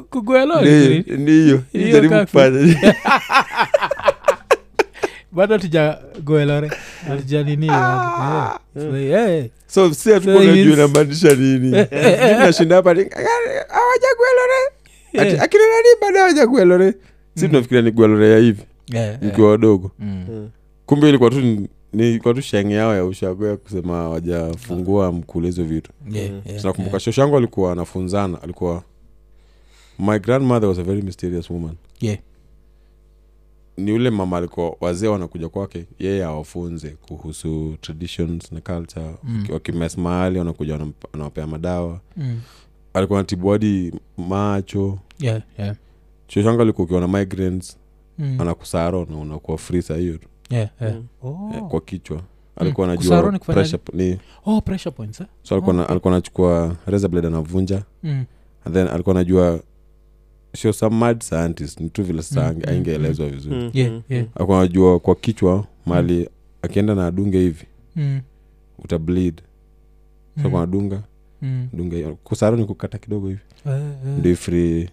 kugwelori
Ni- ni hiyo
Oh, Hiyo
jaribu
kaku.
kufanya
bado tujagoelore
Ah.
Eh.
so si hatukuwa
So it
tunajua
means-
inamaanisha nini Mimi nashinda hapa ni- hawajaguelore Ati, akina nani bado hawajaguelore si
Eh. Mm. Eh.
tunafikiria ni guelore ya hivi mkiwa wadogo kumbe ilikuwa tu ni- ni ilikuwa tu shenge yao ya ushago ya kusema wajafungua mkule hizo vitu
Mm.
nakumbuka yeah. shoshangu alikuwa anafunzana alikuwa my grandmother was a very mysterious woman
Yeah.
ni ule mama alikuwa wazee wanakuja kwake yeye awafunze kuhusu traditions na culture
Mm.
mm. wakimes mahali wanakuja wanamp- anawapea madawa alikuwa anatibu hadi macho shoshangu alikuwa ukiwa na migrants mm. anakusaro na unakuwa free saa hiyo tu
Oh.
eh, kwa kichwa alikuwa
Mm. Kusaro
anajua
ni Oh. kufanyaje?
pressure-
Oh,
ni
eh?
so alikuwa na-
Okay.
alikuwa anachukua razor blade anavunja
Mm.
and then alikuwa anajua sio some mad scientist ni tu vile sasa
Mm,
mm, aingeelezwa vizuri
Mm,
Yeah,
mm,
yeah.
mm.
alikuwa anajua kwa kichwa mali akienda na adunge hivi
Mm.
uta bleed so alikuwa anadunga
Mm.
dunga hiyo. kusaro ni kukata kidogo hivi
Eh,
ndio free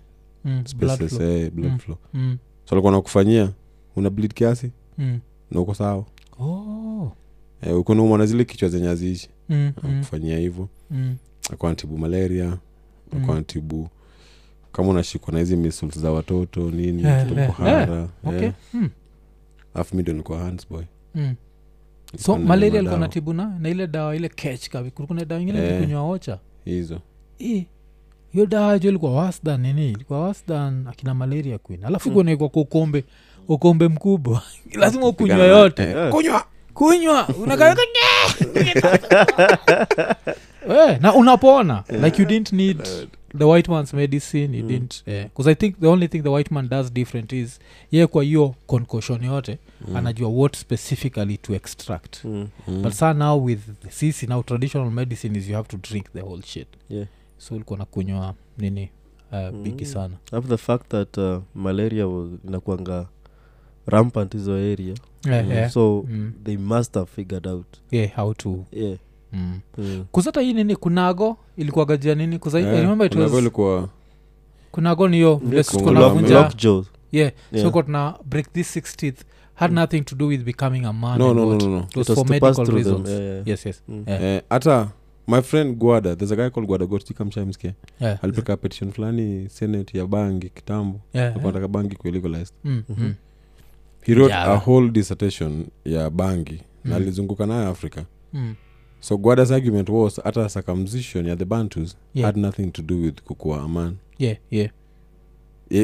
spaces eh,
Mm.
blood
Mm.
flow so alikuwa anakufanyia una bleed kiasi na uko sawa
Oh.
eh, uko naumwa na zile kichwa zenye aziishi kufanyia hivyo alikuwa anatibu malaria
Mm.
alikuwa anatibu kama unashikwa na hizi measles za watoto nini
Yeah,
yeah,
yeah,
kuhara yeah. eh. alafu mi ndio nilikuwa hands boy
so
Nilikuwa na
Mm. malaria alikuwa
madawa.
natibu na na ile dawa ile kech kavi kuna dawa ingine
Eh.
kunywa ocha
hizo
Eh, hiyo dawa jo ilikuwa worse than nini ilikuwa worse than akina malaria queen alafu kunaikwa kwa ukombe ukombe mkubwa Hmm. lazima ukunywa
Kupigana na-
yote
eh,
kunywa kunywa unakaweka Hmm. Eh, Hmm. na unapona like you didn't need the white man's medicine you
Mm.
didn't because i think the only thing the white man does different is ye kwa hiyo concotion yote
Mm.
anajua what specifically to extract
Mm,
Mm.
but saa now with sisi now traditional medicine is you have to drink the whole shit
Yeah.
so ulikuwa na kunywa nini uh, bigi
Mm.
sana
Alafu the fact that uh, malaria was- inakuanga rampant hizo area
yeah, yeah.
so
Mm,
they must have figured out
yeah, how to
yeah.
mm.
mm.
kuzata hii nini kunago ilikuagajia nini kuza
Eh,
yeah, remember it
kuna
was,
ilikuwa
kunago niyo vile
Lock-
sisi
Kuna
lock-
vunja-
tunavunja
lockjaw.
yeah,
Yeah.
so kotna break this 16th had nothing to do with becoming a man
no,
and
no,
what.
no, no, no.
Ah, it was
It was
for
to pass
medical
through them,
reasons
yeah, yeah.
yes yes
Mm.
yeah.
Eh, hata my friend guada there's a guy called guada gotika mshamske
yeah.
alipeka petition fulani senate ya bangi kitambo
yeah.
alikuwa nataka bangi kuilegalize
Mm,
Mhm.
mm.
he wrote
Java.
a whole dissertation ya bangi
Mm.
na alizunguka nayo africa
Mm.
so guada's argument was hata circumcision ya the bantus
Yeah.
had nothing to do with kukuwa aman
yeah yeah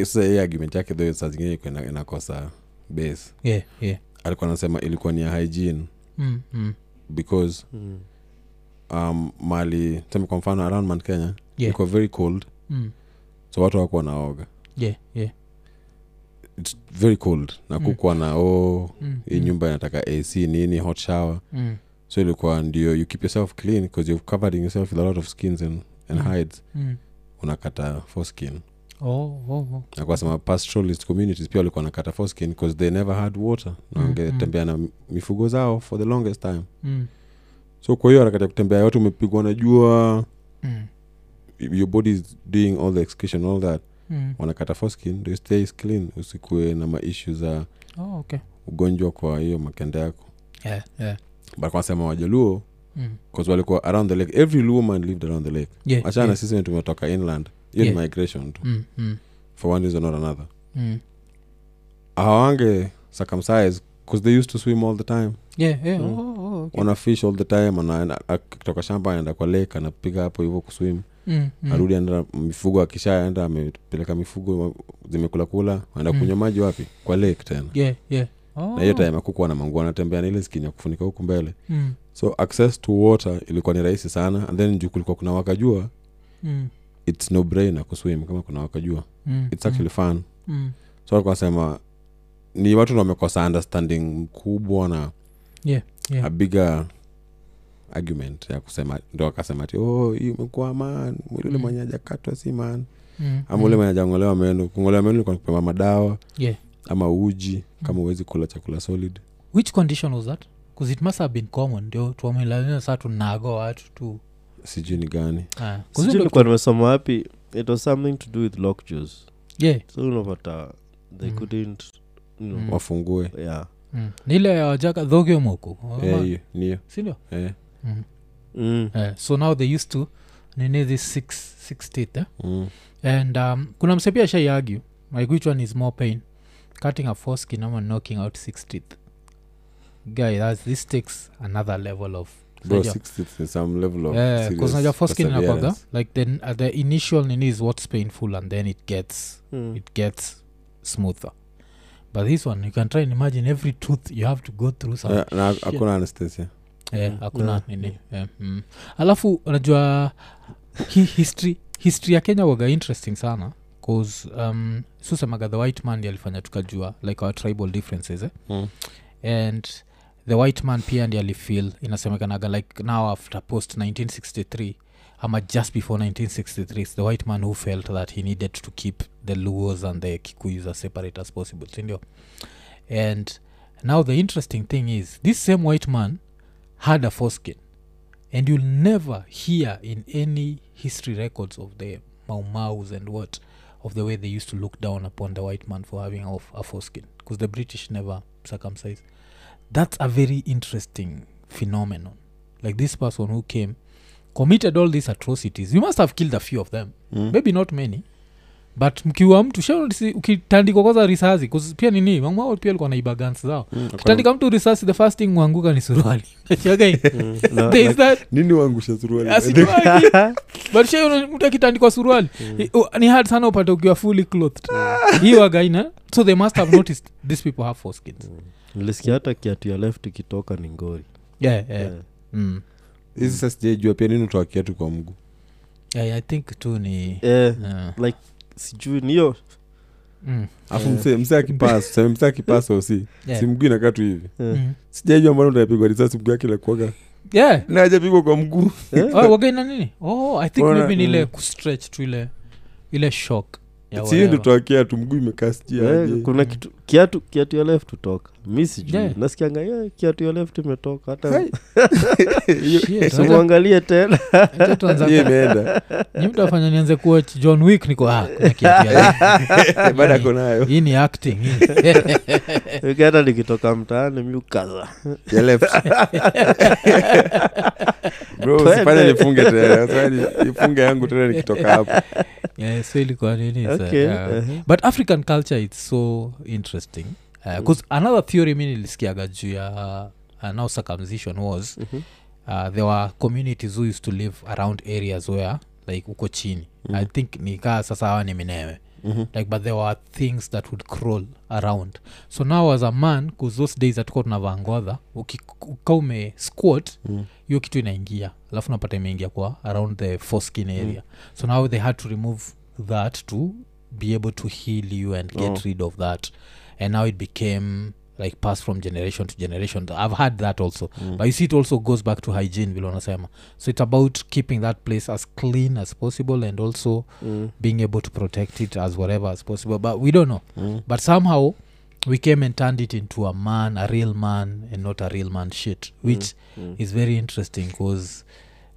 sa hii argument yake though saa zingine iko ina- inakosa base
yeah yeah
alikuwa anasema ilikuwa ni ya hygiene
mm. Mm.
because
Mm.
um, mali tuseme kwa mfano around mount kenya yeah.
yeah
ilikuwa very cold
mm.
so watu wakuwa naoga
yeah yeah
its very cold na
Mm.
kukuwa na oh,
Mm,
hii
mm,
nyumba inataka ac nini hot shower
mm,
so ilikuwa ndio you keep yourself clean because you're covering yourself with a lot of skins and, and
Mm.
hides
mm.
unakata foreskin
Oh, oh, oh.
na kwa sema pastoralist communities pia walikuwa nakata foreskin because they never had water na
Mm,
wangetembea na mifugo zao for the longest time
Mm,
so kwa hiyo harakati ya kutembea watu umepigwa na jua
mm,
your body is doing all the excretion all that
mm.
wanakata foreskin ndio stay clean usikue na maishu za
Oh, okay.
ugonjwa kwa hiyo makende yako
Yeah, yeah.
but wanasema wajaluo
Mm.
'Cause walikuwa around the lake every woman lived around the lake
Yeah,
er
achana
yeah.
sisi wenye tumetoka inland hiyo
Eh, Yeah.
ni migration tu
Mm, mm,
for one reason or another
mm.
hawange circumcise because they used to swim all the time
Yeah, yeah.
Mm.
Oh, oh, okay.
wana fish all the time anaenda akitoka shamba anaenda kwa lake anapiga hapo hivyo kuswim
Mm, mm.
arudi anaenda mifugo akishaenda amepeleka mifugo zimekulakula anaenda
Mm.
kunywa maji wapi kwa lake tena
Yeah, yeah. Oh.
na hiyo
er-
time akukuwa na manguo anatembea na ile skin ya kufunika huku mbele
Mm,
so access to water ilikuwa ni rahisi sana and then juu kulikuwa kuna wakajua
mm,
its no brainer kuswim kama kuna wakajua
mm,
its actually fun
mm,
so alikuwa anasema ni watu ndo wamekosa understanding mkubwa na
Yeah, yeah.
a bigger argument ya kusema ndo akasema ti oh, hii imekuwa man mwili ule
Mm.
mwenye ajakatwa si man
mm,
ama ule
mm.
mwenye ajang'olewa meno kung'olewa meno ilikuwa ni kupewa madawa
Yeah. Mm.
ama uji kama huwezi kula chakula solid
which condition was that bcause it must have been common ndio tuamelaia saa tunago watu tu
sijui ni gani
Ah, 'cause
sijui
ndio-
likuwa nimesoma wapi it was something to do with lock juice
yeah,
so unapata they
Mm.
couldn't you know,
Mm.
wafungue
yeah
mm. Ni ile ya wajaka dhogyo moku
Eh, hiyo niyo
sindio
Eh,
mm.
Eh, so now they used to nini this six, six teeth eh?
mm,
and um, kuna msepia shaiagu like which one is more pain cutting a foreskin ama knocking out six teeth guy that's, this takes another level of
bro,
Unajua-
60 is some level of
Yeah, 'cause
serious
unajua foreskin inakwaga
perseverance.
like then uh, the initial nini is what's painful and then it gets
Mm.
it gets smoother but this one you can try and imagine every tooth you have to go through some
Eh, na
shit.
hakuna anesthesia
Eh, hakuna
Yeah.
nini eh, mm. alafu unajua hi, history history ya kenya waga interesting sana cause um, susemaga the white man ndi alifanya tukajua like our tribal differences eh?
Mm.
and the white man pia ndi alifeel inasemekanaga like now after post 1963 ama just before 1963 it's the white man who felt that he needed to keep the luos and the kikuyus as separate as possible sindio and now the interesting thing is this same white man had a foreskin and you'll never hear in any history records of the maumaus and what of the way they used to look down upon the white man for having of a foreskin because the british never circumcised that's a very interesting phenomenon like this person who came committed all these atrocities you must have killed a few of them
Mm.
maybe not many but mkiwa mtu shaonisi ukitandikwa kwanza risasi 'cause pia nini mamao pia alikuwa naiba guns zao
Mm, hakuna-
kitandika mtu risasi the first thing mwanguka ni suruali Okay,
Mm. No,
there is that
nini wangusha suruali?
asijuagi but shaona mtu akitandikwa suruali I- oh, ni hard sana upate ukiwa fully clothed hii wagaina so they must have noticed these people have four skins
nilisikia hata kiatu ya left ikitoka ni ngori
yeah, yeah.
Yeah.
Mm.
hizi sasa sijaijua pia nini utoa kiatu kwa mguu
Yeah, i think tu ni
Eh,
yeah.
sijui niyo
Mm.
afu
Eh.
msee msee akipasa tuseme msee akipasa usi
Yeah.
si mguu inakaa tu hivi
Eh,
Mm.
sijaijua mbona utapigwa risasi mguu yake lakuaga
yeah
na hajapigwa kwa mguu
eh,
oh, wagaina nini oh i think
Ona-
maybe ni ile
Mm.
kustretch tu ile ile shock ya
si
whatever.
ndio tuakia tu mguu imekaa sijui
eh,
aje.
kuna kitu kiatu kiatu ya left hutoka mi sijui
Yeah.
nasikianga "Yeah, kiatu ya left imetoka hata
Hai. Hiyo-
Shit, acha-
simwangalie tena
acha tuanze
hiyo imeenda
ni mtu afanya nianze kuwach john wick niko ah, kuna kiatu ya-
baada Eh, ako nayo
hii ni acting hii.
Wiki hata nikitoka mtaani mi ukaza
ya left bro usifanye
Twende.
nifunge tena Usifanye nifunge yangu tena nikitoka hapo
Yeah, so ilikuwa nini sir?
Okay,
Yeah.
eh.
but african culture its so interesting because another theory mi nilisikiaga juu ya uh, now circumcision was
Mhm.
uh, there were communities who used to live around areas where like huko chini
Mhm.
i think nikaa sasa hawa ni minewe Mhm. like but there were things that would crawl around so now as a man bcause those days atuka tunavaa ngodha uki- ukikaa ume squat
Mm.
hiyo kitu inaingia alafu napata imeingia kwa around the foreskin
Mm.
area so now they had to remove that to be able to heal you and get
Oh.
rid of that and now it became like passed from generation to generation i've had that also
Mm.
but you see it also goes back to hygiene vile wanasema so it's about keeping that place as clean as possible and also
Mm.
being able to protect it as whatever as possible but we don't know
Hmm.
Mm.
but somehow we came and turned it into a man a real man and not a real man shit which
Mm.
is very interesting because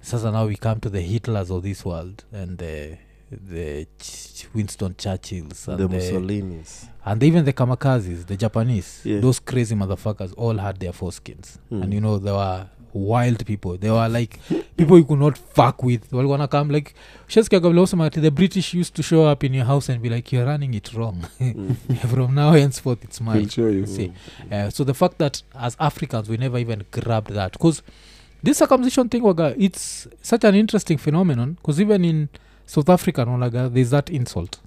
sasa now we come to the hitlers of this world and the the Ch- winston churchills and,
the
the
mussolinis
and even the kamakazis the japanese
Yeah.
those crazy motherfuckers all had their foreskins and you know there were wild people they were like people you could not fuck with walikuwa na come like sheskablosema the british used to show up in your house and be like you're running it wrong
Hmm.
from now henceforth it's mine
We'll show you.
Hmm. see uh, so the fact that as africans we never even grabbed that because this circumcision thing waga it's such an interesting phenomenon because even in south africa nolaga there's that insult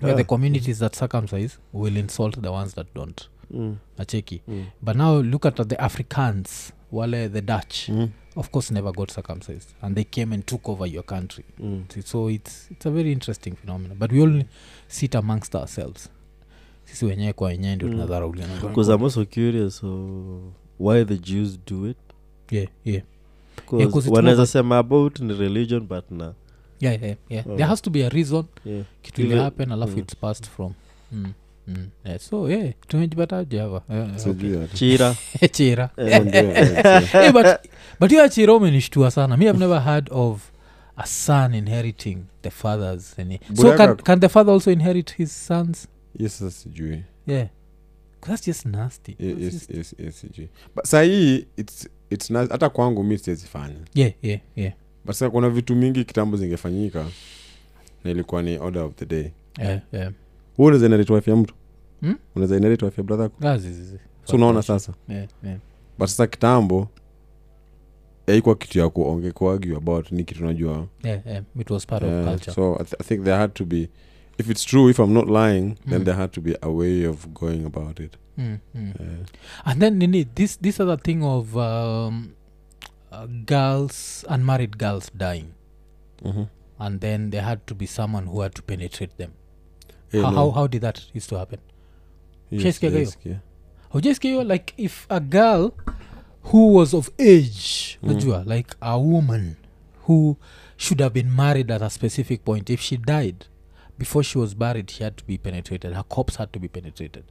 where the
Yeah.
communities that circumcise will insult the ones that don't
Mm,
acheki
mm.
but now look at the africans wale the dutch
Hmm.
Mm.
of course never got circumcised and they came and took over your country
Mm.
so it's, it's a very interesting phenomenon but we all sit amongst ourselves sisi wenyewe kwa wenyewe ndio
Mm.
tunadharauliana
because i'm also curious so why the jews do it
yeah, yeah.
'Cause
'cause it's
wanaweza
not-
sema about ni religion but na
Yeah, yeah, yeah.
Oh.
there has to be a reason
yeah.
kitu
Ile-
ile happen alafu
Mm.
it's passed from mm. Mm. Yeah, so yeah tumejipataje hapa Yeah, yeah, Uh, okay.
Sijui hata.
chira
chira
eh,
Ndio, eh,
hey, but, but hiyo achira umenishtua sana mi have never heard of a son inheriting the fathers any. so
Buraka-
can, can the father also inherit his sons
Yes, sasa sijui
yeah 'Cause that's just nasty
Yes,
That's
yes,
just-
yes, yes, sijui But saa hii it's- it's na- hata kwangu mi siwezifanya
yeah yeah yeah
but sasa kuna vitu mingi kitambo zingefanyika na ilikuwa ni order of the day
yeah yeah
huu unaweza inaletwa afya mtu
Hmm?
unaweza inaletwa afya brother yako
That's easy.
so unaona sasa
yeah yeah
but sasa kitambo yaikuwa kitu ya kuonge kuague about ni kitu najua
yeah yeah it was part of
yeah.
culture
Uh, so I, th- i think there had to be if it's true if i'm not lying
Mm.
then there had to be a way of going about it Uh,
mm, mm.
yeah.
and then nini this this other thing of um, uh, girls unmarried girls dying Mm-hmm.
Mhm.
and then there had to be someone who had to penetrate them
Eh,
how,
no.
how, how did that used to happen
Yes,
Ushaisikia hiyo?
yes, yeah.
hujasikia hiyo like if a girl who was of age najua
Mm.
like a woman who should have been married at a specific point if she died before she was buried she had to be penetrated her corpse had to be penetrated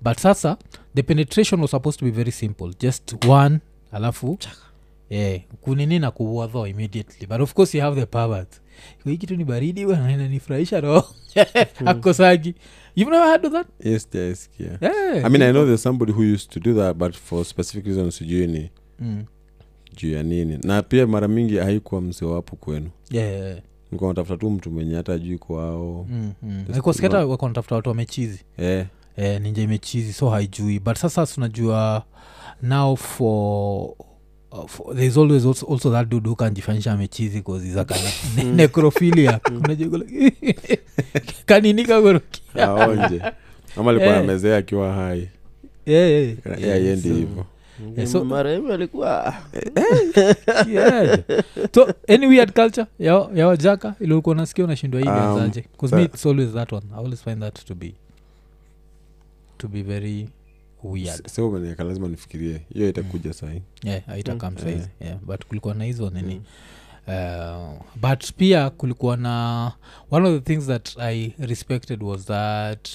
but sasa the penetration was supposed to be very simple just one alafu yeah, kunini na kuua though immediately but of course you have the pervert hii kitu ni baridi bwana inanifurahisha roho akosagi you've never heard of that Eh.
yes, yes, yeah.
yeah.
i mean i know there's somebody who used to do that but for specific reasons sijui ni
mm.
juu ya nini na pia mara mingi haikuwa msewapo kwenu
yeah, yeah, yeah.
nikuwa natafuta tu mtu mwenye hata juu kwao
Mm, mm.
Just
Because hata
not-
wako wanatafuta watu wamechizi
eh,
eh, ninja imechizi so haijui but sasa tunajua now for uh, for- thereis always also, also that dude who kanjifanyisha amechizi kozizakana necrophilia
Mm.
unajua kaninikaoroki
aonje ama
Eh.
alikuwa amezea akiwa hai
yeah, yeah.
yeah, aiendi hivo
Eh, so-
marehemu alikuwa
Yeah. so any weird culture ya ya wajaka iliokuwa nasikia unashindwa hii
Um,
ilianzaje bcause me
but-
it's always that one i always find that to be to be very weird
sio umeniweka lazima nifikirie hiyo
Mm.
itakuja sahi
yeah, haitakam
Mm.
saizi yeah. but kulikuwa na hizo nini uh, but pia kulikuwa na one of the things that i respected was that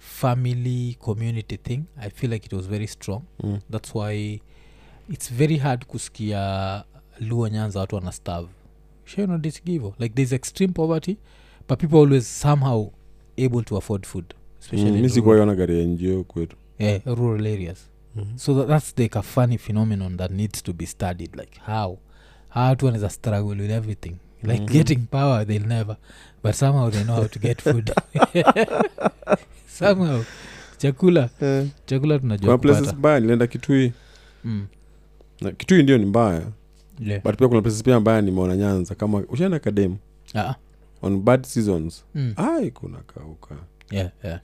family community thing i feel like it was very strong
Mm.
that's why it's very hard kusikia luo nyanza watu wana stav shnodisgivo like there's extreme poverty but people always somehow able to afford food especially in
Mm, mi
rural-
sikuwaiona gari ya njio kwetu
yeah, rural areas so tha- that's like a funny phenomenon that needs to be studied like how how to is a struggle with everything like
Mhm.
getting power they'll never but somehow they know how to get food somehow chakula chakula tunajua
kuna places
kupata
mbaya nilienda kitui
mm.
na kitui ndio ni mbaya
yeah.
but pia kuna places pia mbaya nimeona nyanza kama ushaenda kademu
Ah,
on bad seasons
mm.
ai kuna kauka
yeah, yeah.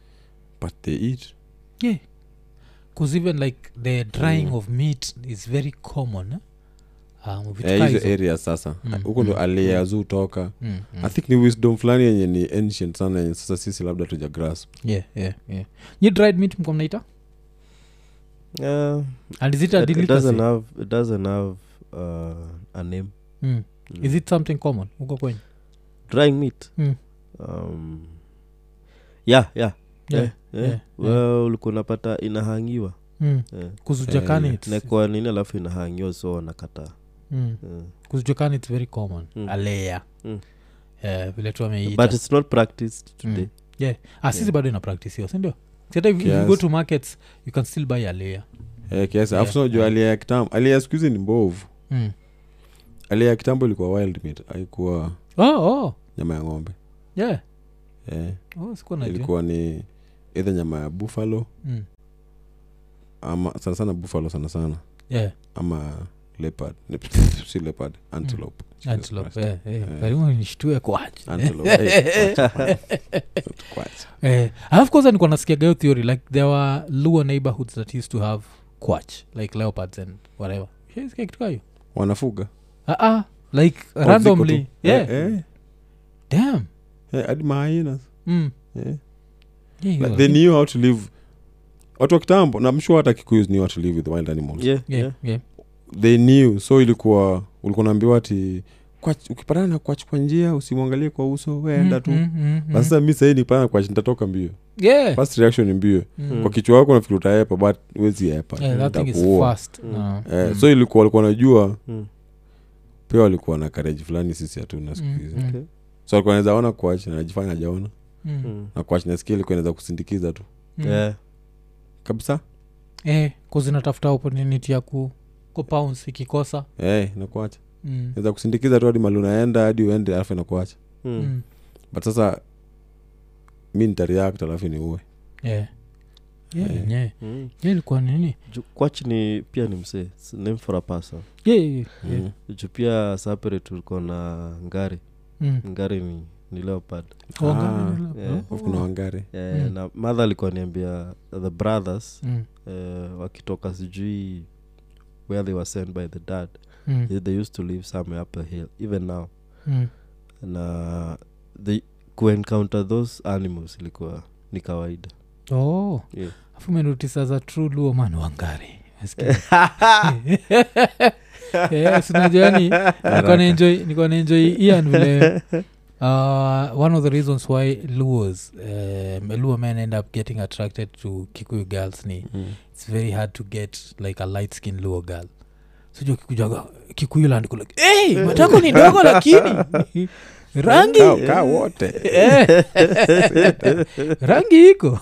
but they eat
yeah. 'Cause even like the drying
Mm.
of meat is very common eh? um, vitu
Eh,
kaa
hizo
hizo.
area sasa
Mm,
huko ndo
mm,
aliazu hutoka
Mm, mm.
i think ni wisdom fulani yenye ni ancient sana yenye sasa sisi labda tuja grasp
yeah, yeah, yeah. Nyi dried meat mko mnaita and is it a delicacy?
doesn't have uh, a name
Mm. is it something common huko kwenyu
drying meat
Mm.
um, yeah yeah
Yeah,
Eh, eh.
yeah,
Well, ulikuwa unapata inahangiwa
Mm.
eh.
kuzujakani
Eh,
it's-
nakwa nini alafu inahangiwa so wanakataa
mm.
eh.
kuzujakani its very common
Mm.
alea
Mm.
Eh, vile tu
but
ameita
it's not practiced today
yeah. ah, sisi
Yeah.
bado ina practice hiyo sindio hata if if you
Yes.
go to markets you can still buy alea
eh, kiasi
Yeah.
afu sinajua alia ya kitambo alia ya siku hizi ni mbovu
mm.
alia ya kitambo ilikuwa wild meat haikuwa
oh, oh.
nyama ya ng'ombe
yeah.
eh,
oh, sikuwa najua.
ilikuwa ni idha nyama ya buffalo
Mm.
ama sana sana buffalo sana sana
Yeah.
ama leopard Ne- si leopard
Hmm.
antelope Jesus
Antelope,
Christ.
eh, eh.
Eh.
Karibu nishtue kwaje
Antelope. Eh, kwacha, kwacha. Kwacha.
Eh, alafu kwanza nikuwa nasikiaga hiyo theory like there were lower neighborhoods that used to have quach like leopards and whatever Ushaisikia kitu kaa hiyo?
wanafuga
Ah, ah, like
Au
randomly
ziko tu?
yeah.
Eh, eh,
Damn.
eh, hadi mahaina
Mm.
eh.
Yeah,
like
you
they
are.
knew how to live watu wa kitambo na mshua hata kikuyus knew how to live with wild animals
Yeah,
Hmm, Yeah,
yeah.
yeah.
they knew so ilikuwa ulikuwa naambiwa ati "Kwach- ukipatana na kwach kwa njia usimwangalie kwa uso weenda tu
Mm, mm, mm,
na sasa mi sahii nikipatana na kwach nitatoka mbio
mm. Yeah.
first reaction ni mbio
Mm.
kwa kichwa wako nafikiri utaepa but wezi epa
Yeah, that thing is
Itakuua.
fast.
Mm.
Ah,
eh,
mm.
so ilikuwa walikuwa najua
Mm.
pia walikuwa na kareji fulani sisi hatuna siku
Mm,
hizi
mm,
Okay.
so alikuwa naweza ona kwach na najifanya ajaona
mm,
Mm.
na kwach nasikia ilikuwa inaweza kusindikiza tu
mm.
Yeah.
kabisa
Eh, 'cause inatafuta opportunity ya ku kupounce ikikosa
eh, nakuacha
Mm,
naweza kusindikiza tu hadi mali unaenda hadi uende alafu inakuacha
Mm.
mm.
but sasa mi nitareact alafu ni uwe
Yeah. Yeah,
Eh.
yenyewe.
Mm.
Yeah, ilikuwa nini
Ju- Kwach ni pia ni msee It's name for a person
Yeah, yeah, yeah.
mm.
juu pia sapere tulikuwa na ngari
Mm.
ngari ni, ni leopard
Oh,
Ah,
ngano-
yeah.
oh.
Of kuna wangare
Eh,
Mm.
na madha alikuwa niambia the brothers
Mm,
eh, wakitoka sijui where they were sent by the dad
mm,
they- they used to live somewhere up the hill even now
mm.
na they kuencounter those animals ilikuwa ni kawaida
Oh.
Yeah.
afu menotisa za true luo man wangari Eh,
yaani,
sinajuani nikuwa naenjoi ian vile uh, one of the reasons why luos um, luo men end up getting attracted to kikuyu girls ni
mm.
it's very hard to get like a light skin luo girl sijo kikujaga kikuyu land kule hey, matako ni dogo lakini rangi
Kaa- kaa wote
Eh. rangi iko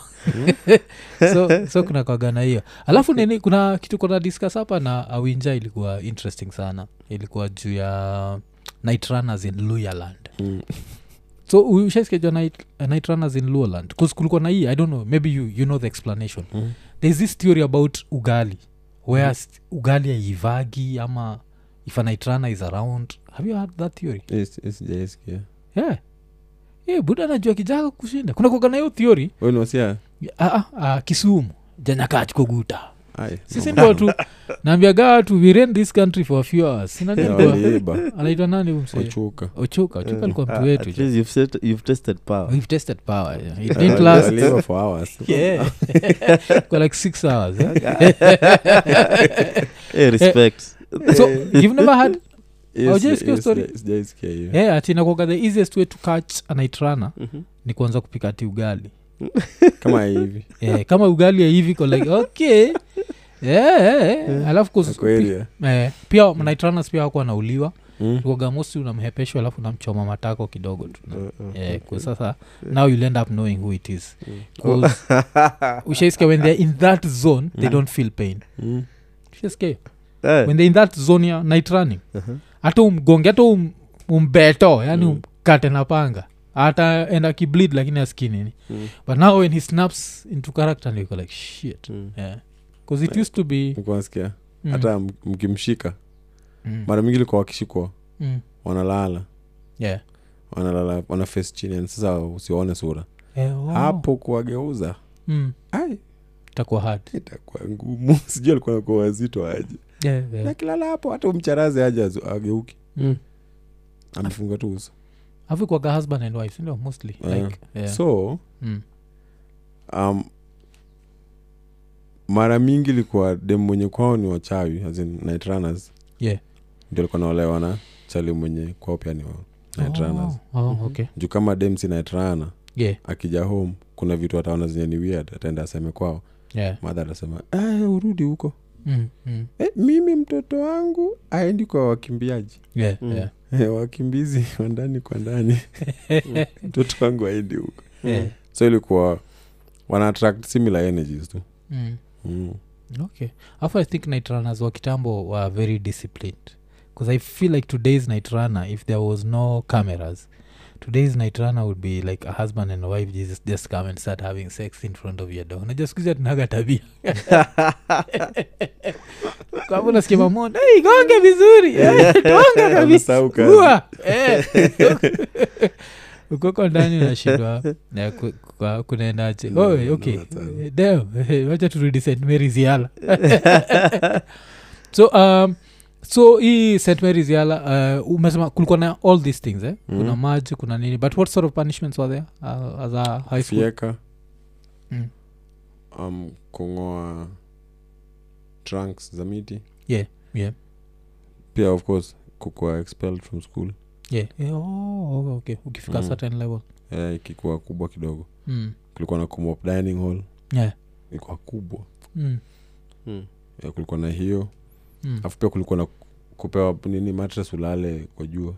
so, so kuna kwagana hiyo alafu nini kuna kitu kona discuss hapa na awinja ilikuwa interesting sana ilikuwa juu ya night runners in luyaland
Mm.
so ushaskejwa night, night runners in luyaland bcause kulikuwa na hii i don't know maybe you, you know the explanation
Mm.
thereis this theory about ugali where s- ugali aivagi ama if a night runner is around have you heard that theory
Yes, yes, eh, sijaisikia.
yeah. yeah, buda najua kijaga kushinda kuna kuagana hiyo theory
Wewe ni wasia
Ah, ah, ah, kisumu janakachikoguta
Ai,
sisi
no,
ndo
no.
watu naambiaga watu we ran this country for a few hours Sina nini
Yeah,
kwa-
waliiba
anaitwa nani huyu msee?
wachuka
ochuka ochuka alikuwa mtu
Ah,
wetu
at least you've set- you've tested power
We've tested power yeah. It didn't last.
Eh, waliiba for hours
Yeah. Kwa like six hours eh?
Eh, respect
so you've never had
Yes,
Haujaisikia
yes,
story? Eh?
yes, sijaisikia hiyo
yeah, ati inakuwaga the easiest way to catch anaitrana
Mhm.
ni kuanza kupika ati ugali
kama hivi
yeah, Eh, kama ugali ya hivi ko like okay yeah, yeah, yeah. alafu kus-
kweli eh.
eh, pia mnaitranas pia wako wanauliwa
Mm.
uogamosi unamhepeshwa alafu unamchoma matako kidogo tu
Eh, eh.
yeah, kwa sasa now you'll end up knowing who it is Because ushaisikia when they're in that zone they don't feel pain
Mm.
Hmm? ushaisikia hiyo?
Eh, uh-huh.
when they're in that zone ya night running
aha.
hata umgonge hata um, umbeto yani
Mm.
umkate na panga hata enda kibleed lakini askinini
Mm.
but now when he snaps into character niko like shit
Mm.
yeah. Because it used to be
Mlikuwa nasikia
mm,
hata m- mkimshika
mm,
mara mingi likuwa wakishikwa
mm,
wanalala
yeah.
wanalala wana face chini yani sasa usiwaone sura
Eh, oh,
hapo kuwageuza
mm,
ai
itakuwa hard
itakuwa ngumu sijui alikuwa nakuwa wazito aje
yeah, yeah.
nakilala hapo hata umcharaze aje azu- ageuki
Mm.
amefunga tu uso
avikwaga husband and wife sindio mostly
Yeah.
like yeah.
so
mm.
um, mara mingi ilikuwa dem mwenye kwao ni wachawi as in night runners
Yeah.
ndio alikuwa naolewa na chali mwenye kwao pia ni wa night runners
Oh, oh, okay.
juu kama dem si night runner
yeah,
akija home kuna vitu ataona zenye ni weird ataenda aseme kwao
yeah.
madha atasema "Ah, urudi huko
Mm, mm.
eh, mimi mtoto wangu aendi kwa wakimbiaji
yeah,
Mm.
yeah.
Eh, wakimbizi wa ndani kwa ndani mtoto wangu aendi huko
Eh.
Yeah.
so ilikuwa wana attract similar energies tu
Mm.
mm.
okay afu i think night runners wa kitambo were very disciplined because i feel like today's night runner if there was no cameras today's night runner would be like a husband and a wife just, just come and start having sex in front of your dog najaskuzia tunaga tabia kwamba nasikia mamona hey, gonge vizuri hey, tonga
Anasahau kazi.
kabisa ukoko ndani unashindwa na ku- kwa- kunaendaje
No,
oh,
no,
okay
hapana.
Damn, eh, wacha turudi st mary ziala so um, so hii st mary ziala uh, umesema kulikuwa na all these things eh? mm. kuna
Mhm.
maji kuna nini but what sort of punishments were there uh, as a high school
fieka
Mm.
um, kungoa trunks za miti
Yeah, yeah.
pia of course kukua expelled from school
yeah. yeah. oh, okay. ukifika
Mm.
certain level
eh, ikikuwa kubwa kidogo
mm.
kulikuwa na kumop dining hall
yeah.
ilikuwa kubwa
mm.
Mm.
eh, kulikuwa na hiyo
Mm.
alafu pia kulikuwa na kupewa nini matres ulale kwa jua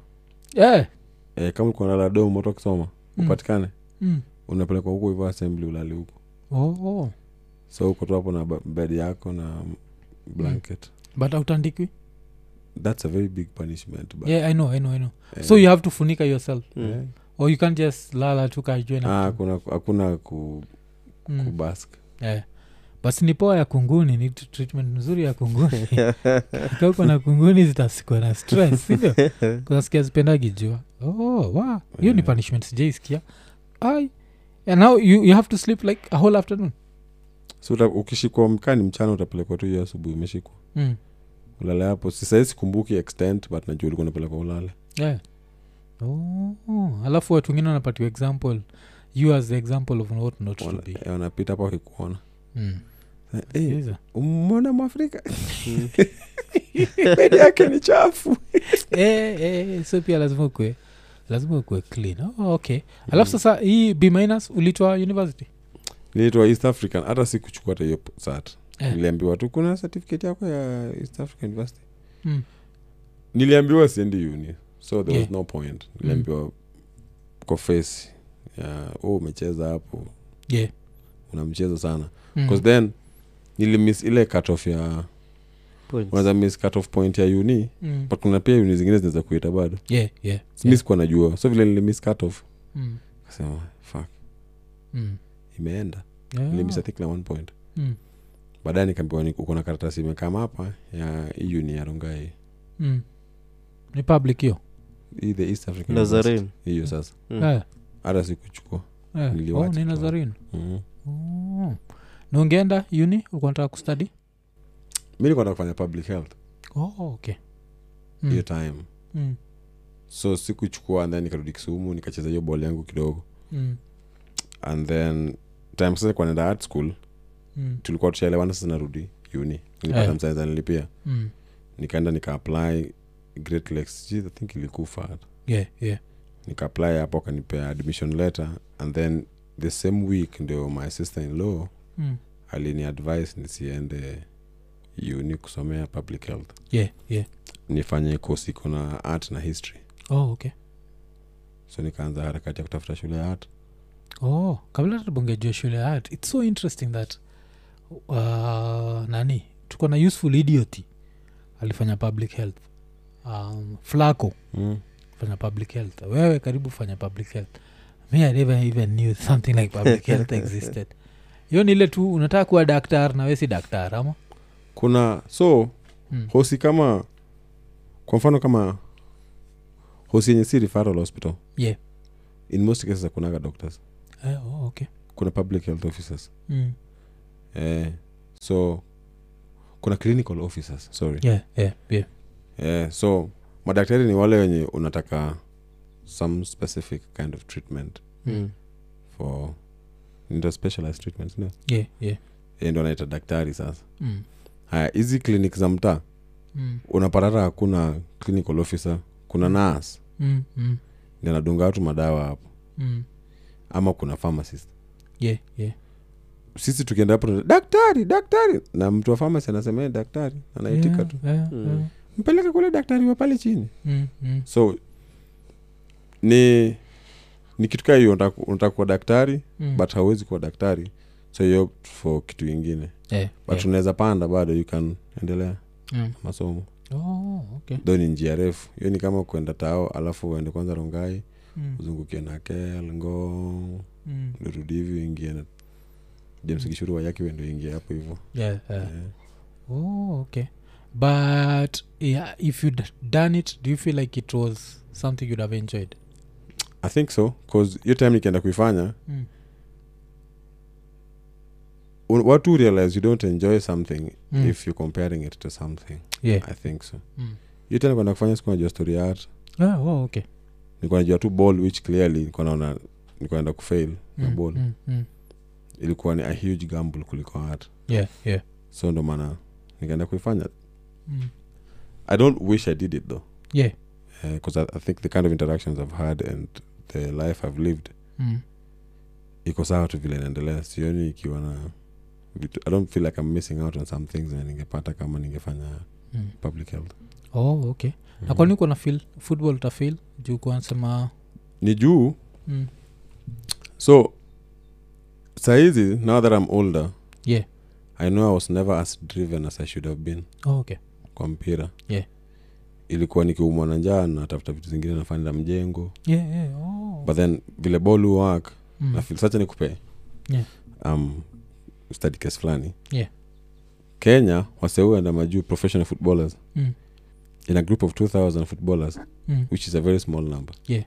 yeah.
eh, kama ulikuwa nala dom moto akisoma
Mm.
upatikane
Mm.
unapelekwa huko hivyo assembly ulale huko
Oh, oh.
so uko tu hapo na ba- bed yako na blanket
but autandikwi
that's a very big punishment
Mm.
but,
yeah, i know, I know, I know.
eh,
so you have Mm. to funika yourself
eh,
or you can't just lala tu kajue
ah, hakuna hakuna ku,
Mm.
kubask
Eh. basi ni poa ya kunguni ni t- treatment mzuri ya kunguni kauko na kunguni zitasikwa na stress sivyo kunasikia zipendagi jua oh, wa hiyo ni
Yeah.
punishment sijaisikia ai and now you, you have to sleep like a whole afternoon
so uta- ukishikwa mkani mchana utapelekwa tu hiyo asubuhi umeshikwa
mm.
ulale hapo sisahii sikumbuki extent but najua ulikuwa unapelekwa ulale
yeah. oh. alafu watu wengine wanapatiwa example you as the example of what not to
Wana-
be
eh, wanapita hapa wakikuona
mm.
Eh,
Sikiza.
umeona mwafrika bedi yake ni chafu
Eh, eh, eh, so pia lazima ukue lazima ukue clean oh, okay alafu
Mm.
sasa hii b minus ulitwa university
niliitwa east african hata sikuchukua hata hiyo sat
Eh.
niliambiwa tu kuna certificate yako ya east african university
Mm.
niliambiwa siendi uni so there
Yeah.
was no point niliambiwa kwa face ya oh, umecheza hapo
yeah
una mchezo sana
Mm.
bcause then nilimis ile cutoff ya
Points.
unaweza miss cutoff point ya uni
Mm.
but kuna pia uni zingine zinaweza kuita bado
yeah yeah
mi sikuwa najua so vile nilimiss cutoff
Mm.
kasema fuck
Mm.
imeenda
Yeah.
nilimiss i think na one point
Mm.
baadaye nikaambiwa ni- uko na karatasi imekama hapa ya hii uni ya rongai
Mm. ni public hiyo
hii the east african University.
nazarene
hiyo sasa
Mm.
Eh,
hata sikuchukua
eh.
Niliwacha
Oh, ni
tu.
nazarin
mm-hmm.
oh. na ungeenda uni ukunataka kustadi
mi nikuenda kufanya public health
oh, okay Mm.
hiyo time
mm.
so sikuchukua and then nikarudi kisumu nikacheza hiyo bol yangu kidogo
Mm.
and then time sasa nilikuwa naenda art school
Mm.
tulikuwa tushaelewana sasa narudi uni nilipata
Eh.
yeah. msaiza nilipia
Mm.
nikaenda nikaapply great lakes Jeez, i think ilikufa hata
yeah yeah
nikaapply hapo akanipea admission letter and then the same week ndio my sister in law
Mm.
aliniadvise nisiende uni kusomea public health
yeah yeah
nifanye kosi iko na art na history
oh, okay
so nikaanza harakati ya kutafuta shule ya art
oh kabla tubongejua shule ya art its so interesting that uh, nani tuko na useful idiot alifanya public health um, flaco
mm.
fanya public health wewe karibu fanya public health me i never even knew something like public health existed hiyo ni ile tu unataka kuwa daktar nawe si daktar ama
kuna so
Mm.
hosi kama kwa mfano kama hosi yenye si referral hospital
Yeah.
in most cases akunaga doctors
eh, oh, okay
kuna public health officers
mm.
eh, so kuna clinical officers sorry
yeah, yeah, yeah.
eh, so madaktari ni wale wenye unataka some specific kind of treatment
Hmm.
Mm.
for ndo specialized treatments no?
Yeah, yeah.
Eh, ndo anaita daktari sasa
Mm.
haya hizi clinic za mtaa
Mm.
unapata hata hakuna clinical officer kuna nas
Mm. Mm.
ndi anadunga watu madawa hapo
Mm.
ama kuna pharmacist
Yeah, yeah.
sisi tukienda hapo tunaita, daktari daktari na mtu wa pharmacy anasema "Eh, daktari anaitika
Yeah,
tu
yeah,
Mm.
yeah.
mpeleke kule daktari wa pale chini
Mm, mm.
so ni ni kitu kaa hiyo unataka unataka kuwa daktari
Mm.
but hauwezi kuwa daktari so you opt for kitu ingine
eh,
but
eh.
unaweza panda bado you can endelea
Mm.
masomo
Oh, okay.
tho ni njia refu hiyo ni kama kwenda tao alafu uende kwanza rongai
Mm,
uzungukie nakel ngong
mm.
urudi hivi uingie na james kishuru wayaki wendo uingie hapo hivo
Yeah, yeah.
Eh.
Oh, okay. But yeah, if you'd done it, do you feel like it was something you'd have enjoyed?
i think so cause hiyo time nikienda kuifanya
Mm.
un- what you realize you don't enjoy something
Mm.
if you're comparing it to something
Yeah.
i think so
Mm.
hiyo tena kwenda kufanya siku najua story ya art
Ah, oh, okay.
nilikuwa najua tu ball which clearly nilikuwa naona nilikuwa naenda kufail na
Mm,
ball
mm, mm.
ilikuwa ni a huge gamble kuliko art
Yeah, yeah.
so ndo maana nikaenda kuifanya
Mm.
i don't wish i did it though
Yeah.
because Eh, I, i think the kind of interactions i've had and the life i've lived
Mm.
iko sawa tu vile naendelea sioni ikiwa na vitu i don't feel like i'm missing out on some things na ningepata kama ningefanya
Mm.
public health Mm.
Oh, okay. Na kwani uko na feel football utafil juu kuansema
ni juu
mm.
so saizi now that i'm older
yeah.
i know i was never as driven as i should have been
Oh, okay.
kwa mpira
Yeah.
ilikuwa nikiumwa na njaa natafuta vitu zingine nafanya mjengo
Yeah, yeah. Oh.
but then vile ball work
Mm.
na feel sacha nikupee
Yeah.
um, study case fulani
Yeah.
kenya waseuenda majuu professional footballers
Mm.
in a group of 2000 footballers
Mm.
which is a very small number
Yeah.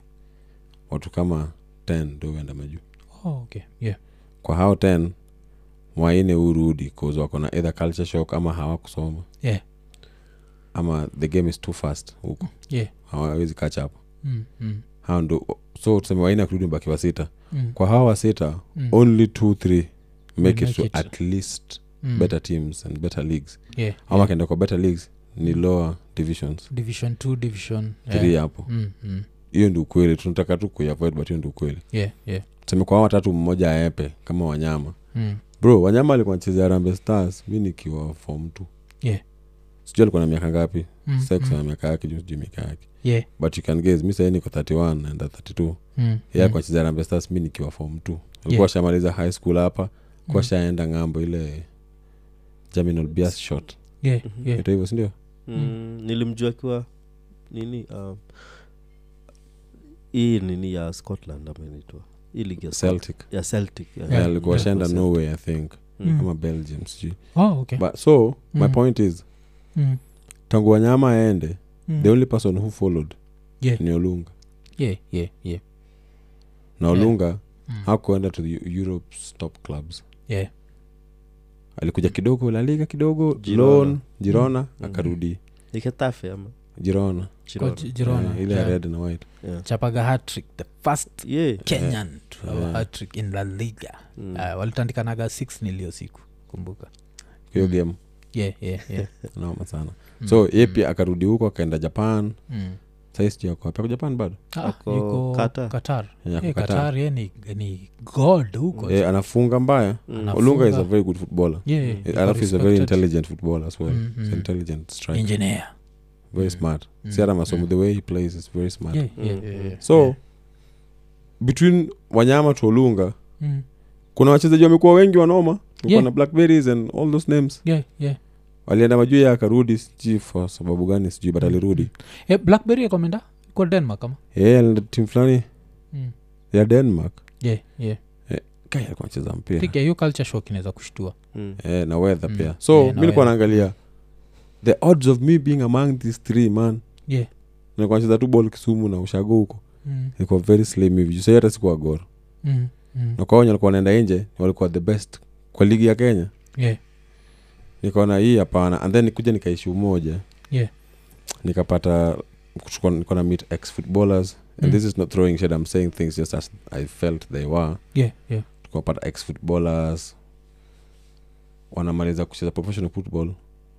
watu kama 10 ndo huenda majuu
Oh, okay. Yeah.
kwa hao 10 waine urudi cause wako na either culture shock ama hawakusoma
Yeah.
ama the game is too fast huko
Yeah.
hawawezi catch up
Mm. Mm.
hao ndo so tuseme waine akirudi mbaki wa sita
Mm.
kwa hawa sita
Mm.
Mm-hmm. only two three make
Will
it
make
to
it.
at least
Mm.
better teams and better leagues
Yeah.
ama akaenda kwa better leagues ni lower divisions
Division 2, Division yeah.
three hapo
Mm. Mm.
hiyo ndi ukweli tunataka tu kuiavoid but hiyo ndi ukweli
Yeah, yeah.
tuseme kwa hawa watatu mmoja aepe kama wanyama
Mm.
bro wanyama alikuwa nachezea rambe stars mi nikiwa fom t
Yeah.
sijui alikuwa na miaka ngapi
Mm.
sex
Mm.
na miaka yake juu sijui miaka yake
Yeah.
but you can guess mi sahii niko 31 naenda 32
Mm.
yeye
Mm.
alikuwa achezea rambe stars mi nikiwa fom t
Yeah.
alikuwa ashamaliza high school hapa
Mm.
kuwa shaenda ng'ambo ile germinal bears shot
Yeah,
Mhm.
yeah.
Inaitwa hivyo sindio
mm. nilimjua akiwa nini um, hii nini ya scotland amenitwa hii ligi ya Scotland.
celtic
ya celtic ya-
Yeah, alikuwa
Yeah.
ashaenda
Celtic.
norway i think
Mm.
ama belgium sijui
Oh, okay.
Mm-hmm. but so my
Mm.
point is
Mm.
tangu wanyama aende
Mm.
the only person who followed
Yeah.
ni olunga
Yeah, yeah, yeah.
na
Yeah.
olunga
Mm.
hakuenda to the europe's top clubs
Yeah. Mm.
alikuja kidogo laliga kidogo
Girona.
Lon, girona akarudi
Ni Getafe ama
girona
Kwa
Girona.
Gi- Girona.
Eh, ile ya
Yeah.
red na white
Yeah.
chapaga hatrick the first
Yeah.
kenyan to have a
Yeah.
hatrick in la liga
Mm.
Ah, walitandikanaga 6 nilio siku kumbuka
hiyo
Mm.
game
yeah, yeah, yeah.
noma sana
Mm,
so ye
mm,
pia akarudi huko akaenda japan
mm.
sahii sijui ako wapi. Ako japan bado
Ah,
Ako
yuko
Qatar.
qatar
Yenye ako
Eh,
Qatar.
qatar ye ni, ni god huko
Eh, anafunga mbaya
Mm,
Anafunga.
olunga is a very good footballer
Yeah, yeah,
Eh,
yuko
alafu is a very
respected
intelligent footballer as well
Mm,
He's
mm.
an intelligent striker
engineer
very
Mm.
smart
Mm,
si hata masomo
mm.
the way he plays is very smart
Yeah, yeah,
Mm.
yeah, yeah.
so
Yeah.
between wanyama to olunga
Mm.
kuna wachezaji wamekuwa wengi wanoma Kulikuwa
Yeah.
na blackberries and all those names
Yeah, yeah.
walienda majuu ya akarudi sijui for sababu gani sijui but alirudi
Eh, blackberry akomenda kwa denmark ama
Eh, alienda tim fulani
Mm.
ya denmark
yeah, yeah.
kai alikuwa anacheza mpira
piga hiyo culture shock inaweza kushtua
Mm.
eh, na weather
Mm.
pia so
Eh, na
mi nilikuwa
weather.
naangalia the odds of me being among these three man
yeah.
nilikuwa nacheza tu ball kisumu na ushago huko
mm.
ilikuwa very slim hivi juu sahii hata sikuwa gor
Mm. Mm.
na kwa wenye walikuwa wanaenda nje walikuwa the best kwa ligi ya kenya
Yeah.
nikaona hii hapana and then nikuja nikaishi umoja
Yeah.
nikapata kuchukua- nilikuwa na meet ex footballers and
Mm.
this is not throwing shade i'm saying things just as i felt they were
Yeah, yeah.
tukapata ex footballers wanamaliza kucheza professional football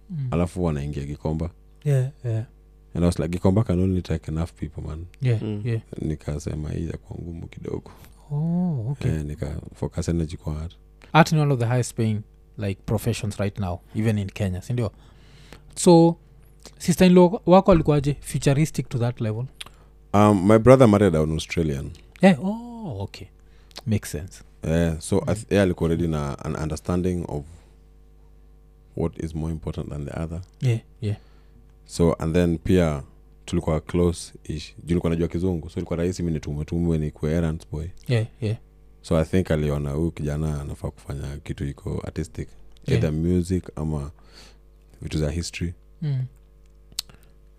Mm.
alafu wanaingia gikomba
Yeah, yeah.
and i was like gikomba can only take enough people man
Yeah,
Mm.
yeah.
nikasema hii itakuwa ngumu kidogo
Oh, okay.
eh, nika focus energy kwa art
art ni one of the highest paying like professions right now even in kenya sindio so sistinlo wako alikuwaje futuristic to that level
um, my brother married an australian
yeah. oh, okay makes sense
eh, so mm. yeah, alikuwa already na an understanding of what is more important than the other
yeah, yeah.
so and then pia tulikuwa close ish juu nilikuwa najua kizungu so ilikuwa rahisi mi nitumwetumwe ni errands boy
Yeah, yeah.
so i think aliona huyu kijana anafaa kufanya kitu iko artistic
Yeah.
either music ama vitu za history
Mm.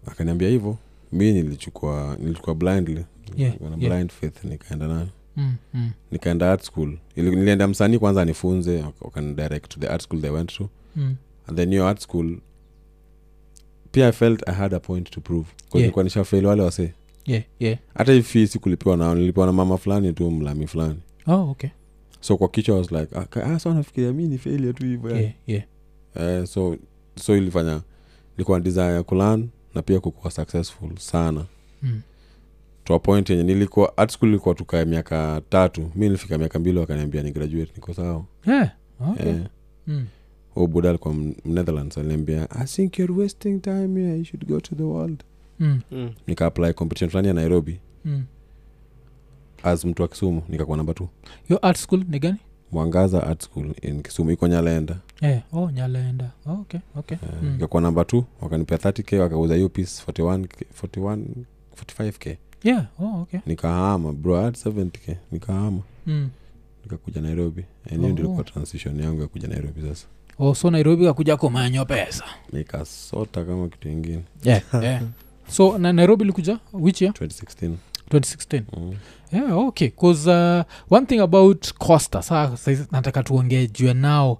akaniambia hivyo mi nilichukua nilichukua blindly
Yeah,
Nilikuwa na
yeah.
blind faith nikaenda nayo
Mm, mm,
nikaenda art school Ili- nilienda msanii kwanza anifunze wakanidirect to the art school they went to
mm.
and then hiyo art school pia i felt i had a point to prove 'Cause
Yeah.
nilikuwa nishafeli wale wasee
Yeah, yeah.
hata hii fee sikulipiwa nao nilipiwa na mama fulani tu mlami fulani
Oh, okay.
so kwa kichwa I was like ah, ka- ah, so nafikiria mi ni failure tu hivyo yaani.
Yeah, yeah.
eh, so so ilifanya nilikuwa na desire ya kulan na pia kukuwa successful sana
Mm.
to a point yenye nilikuwa art school ilikuwa tukae miaka tatu mi nilifika miaka mbili wakaniambia ni graduate niko sawa
Yeah. Okay.
eh,
Mm.
huyo buda alikuwa m- mnetherlands aliniambia i think you're wasting time here you should go to the world
Mm.
Mm.
nikaapply competition fulani ya nairobi
Mm.
as mtu wa kisumu nikakuwa namba t
Your art school ni gani
mwangaza art school in kisumu iko nyalenda
yeah. oh, nyalenda oh, okay. Okay.
Eh,
Mm.
nikakuwa namba t wakanipea 30k wakauza hiyo piece 41k 41 45k
Yeah. Oh, okay.
nikahama bro I had 70k nikahama
Mm.
nikakuja nairobi eneo
Oh.
ndio ilikuwa transition yangu ya kuja nairobi sasa
Oh, so nairobi kakuja komanyo pesa
nikasota kama kitu ingine
yeah. yeah. so na nairobi likuja which year
2016
2016
mm.
yeah, okay bcause uh, one thing about costa sa saizi nataka tuongee jue now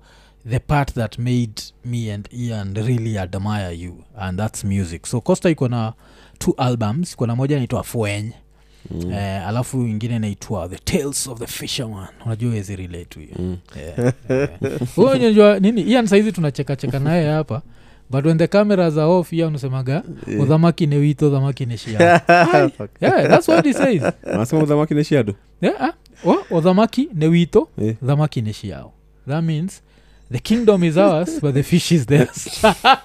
the part that made me and ian really admire you and that's music so costa iko na two albums iko na moja inaitwa fueny mm.
Mm.
eh, alafu ingine inaitwa the tales of the fisherman unajua wezi relate to you
Mm.
yeah, yeah. Eh, Wewe unajua nini ian saizi tunachekacheka naye hapa but when the cameras are off ian usemaga
Mm. Eh.
udhamaki ne wito udhamaki ne shia
Fuck.
yeah, that's what he says
anasema udhamaki Eh, ni shiado
yeah, o, o thamaki ne wito
Eh.
thamaki ni shiao that means the kingdom is ours but the fish is theirs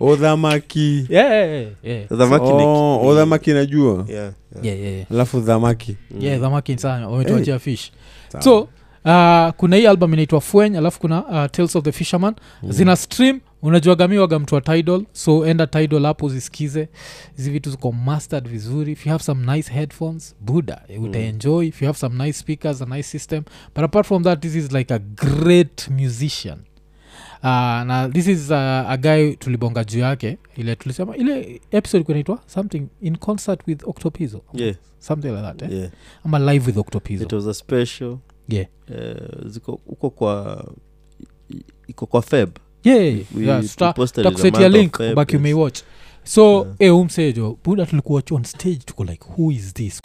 udhamaki
yeah, yeah, yeah.
Thamaki ni-
Oh, udhamaki najua
Yeah, yeah. Mm.
Yeah, yeah, yeah.
alafu dhamaki
yeah, thamaki sana wametuachia
Eh.
fish
Sawa.
so uh, kuna hii album inaitwa fuen alafu kuna uh, tales of the fisherman mm. zina stream unajuagamiwaga mtu wa tidal so enda tidal hapo zisikize hizi vitu ziko mastered vizuri if you have some nice headphones buda
Mm.
eh, utaenjoy if you have some nice speakers a nice system but apart from that this is like a great musician Uh, na this is uh, a guy tulibonga juu yake ile tulisema ile episode ilikuwa inaitwa something in concert with octopizo
Yeah,
something like that eh?
yeah.
ama live with octopizo
it was a special
yeah.
eh, ziko huko kwa i- iko kwa feb
yeah, yeah, yeah.
We-
yeah,
we
tuta-
posted in the
takusetia
month of
link
Feb,
baki
yes.
umeiwatch so eh,
Yeah.
yeah. e umsejo buda tulikuwach on stage tuko like who is this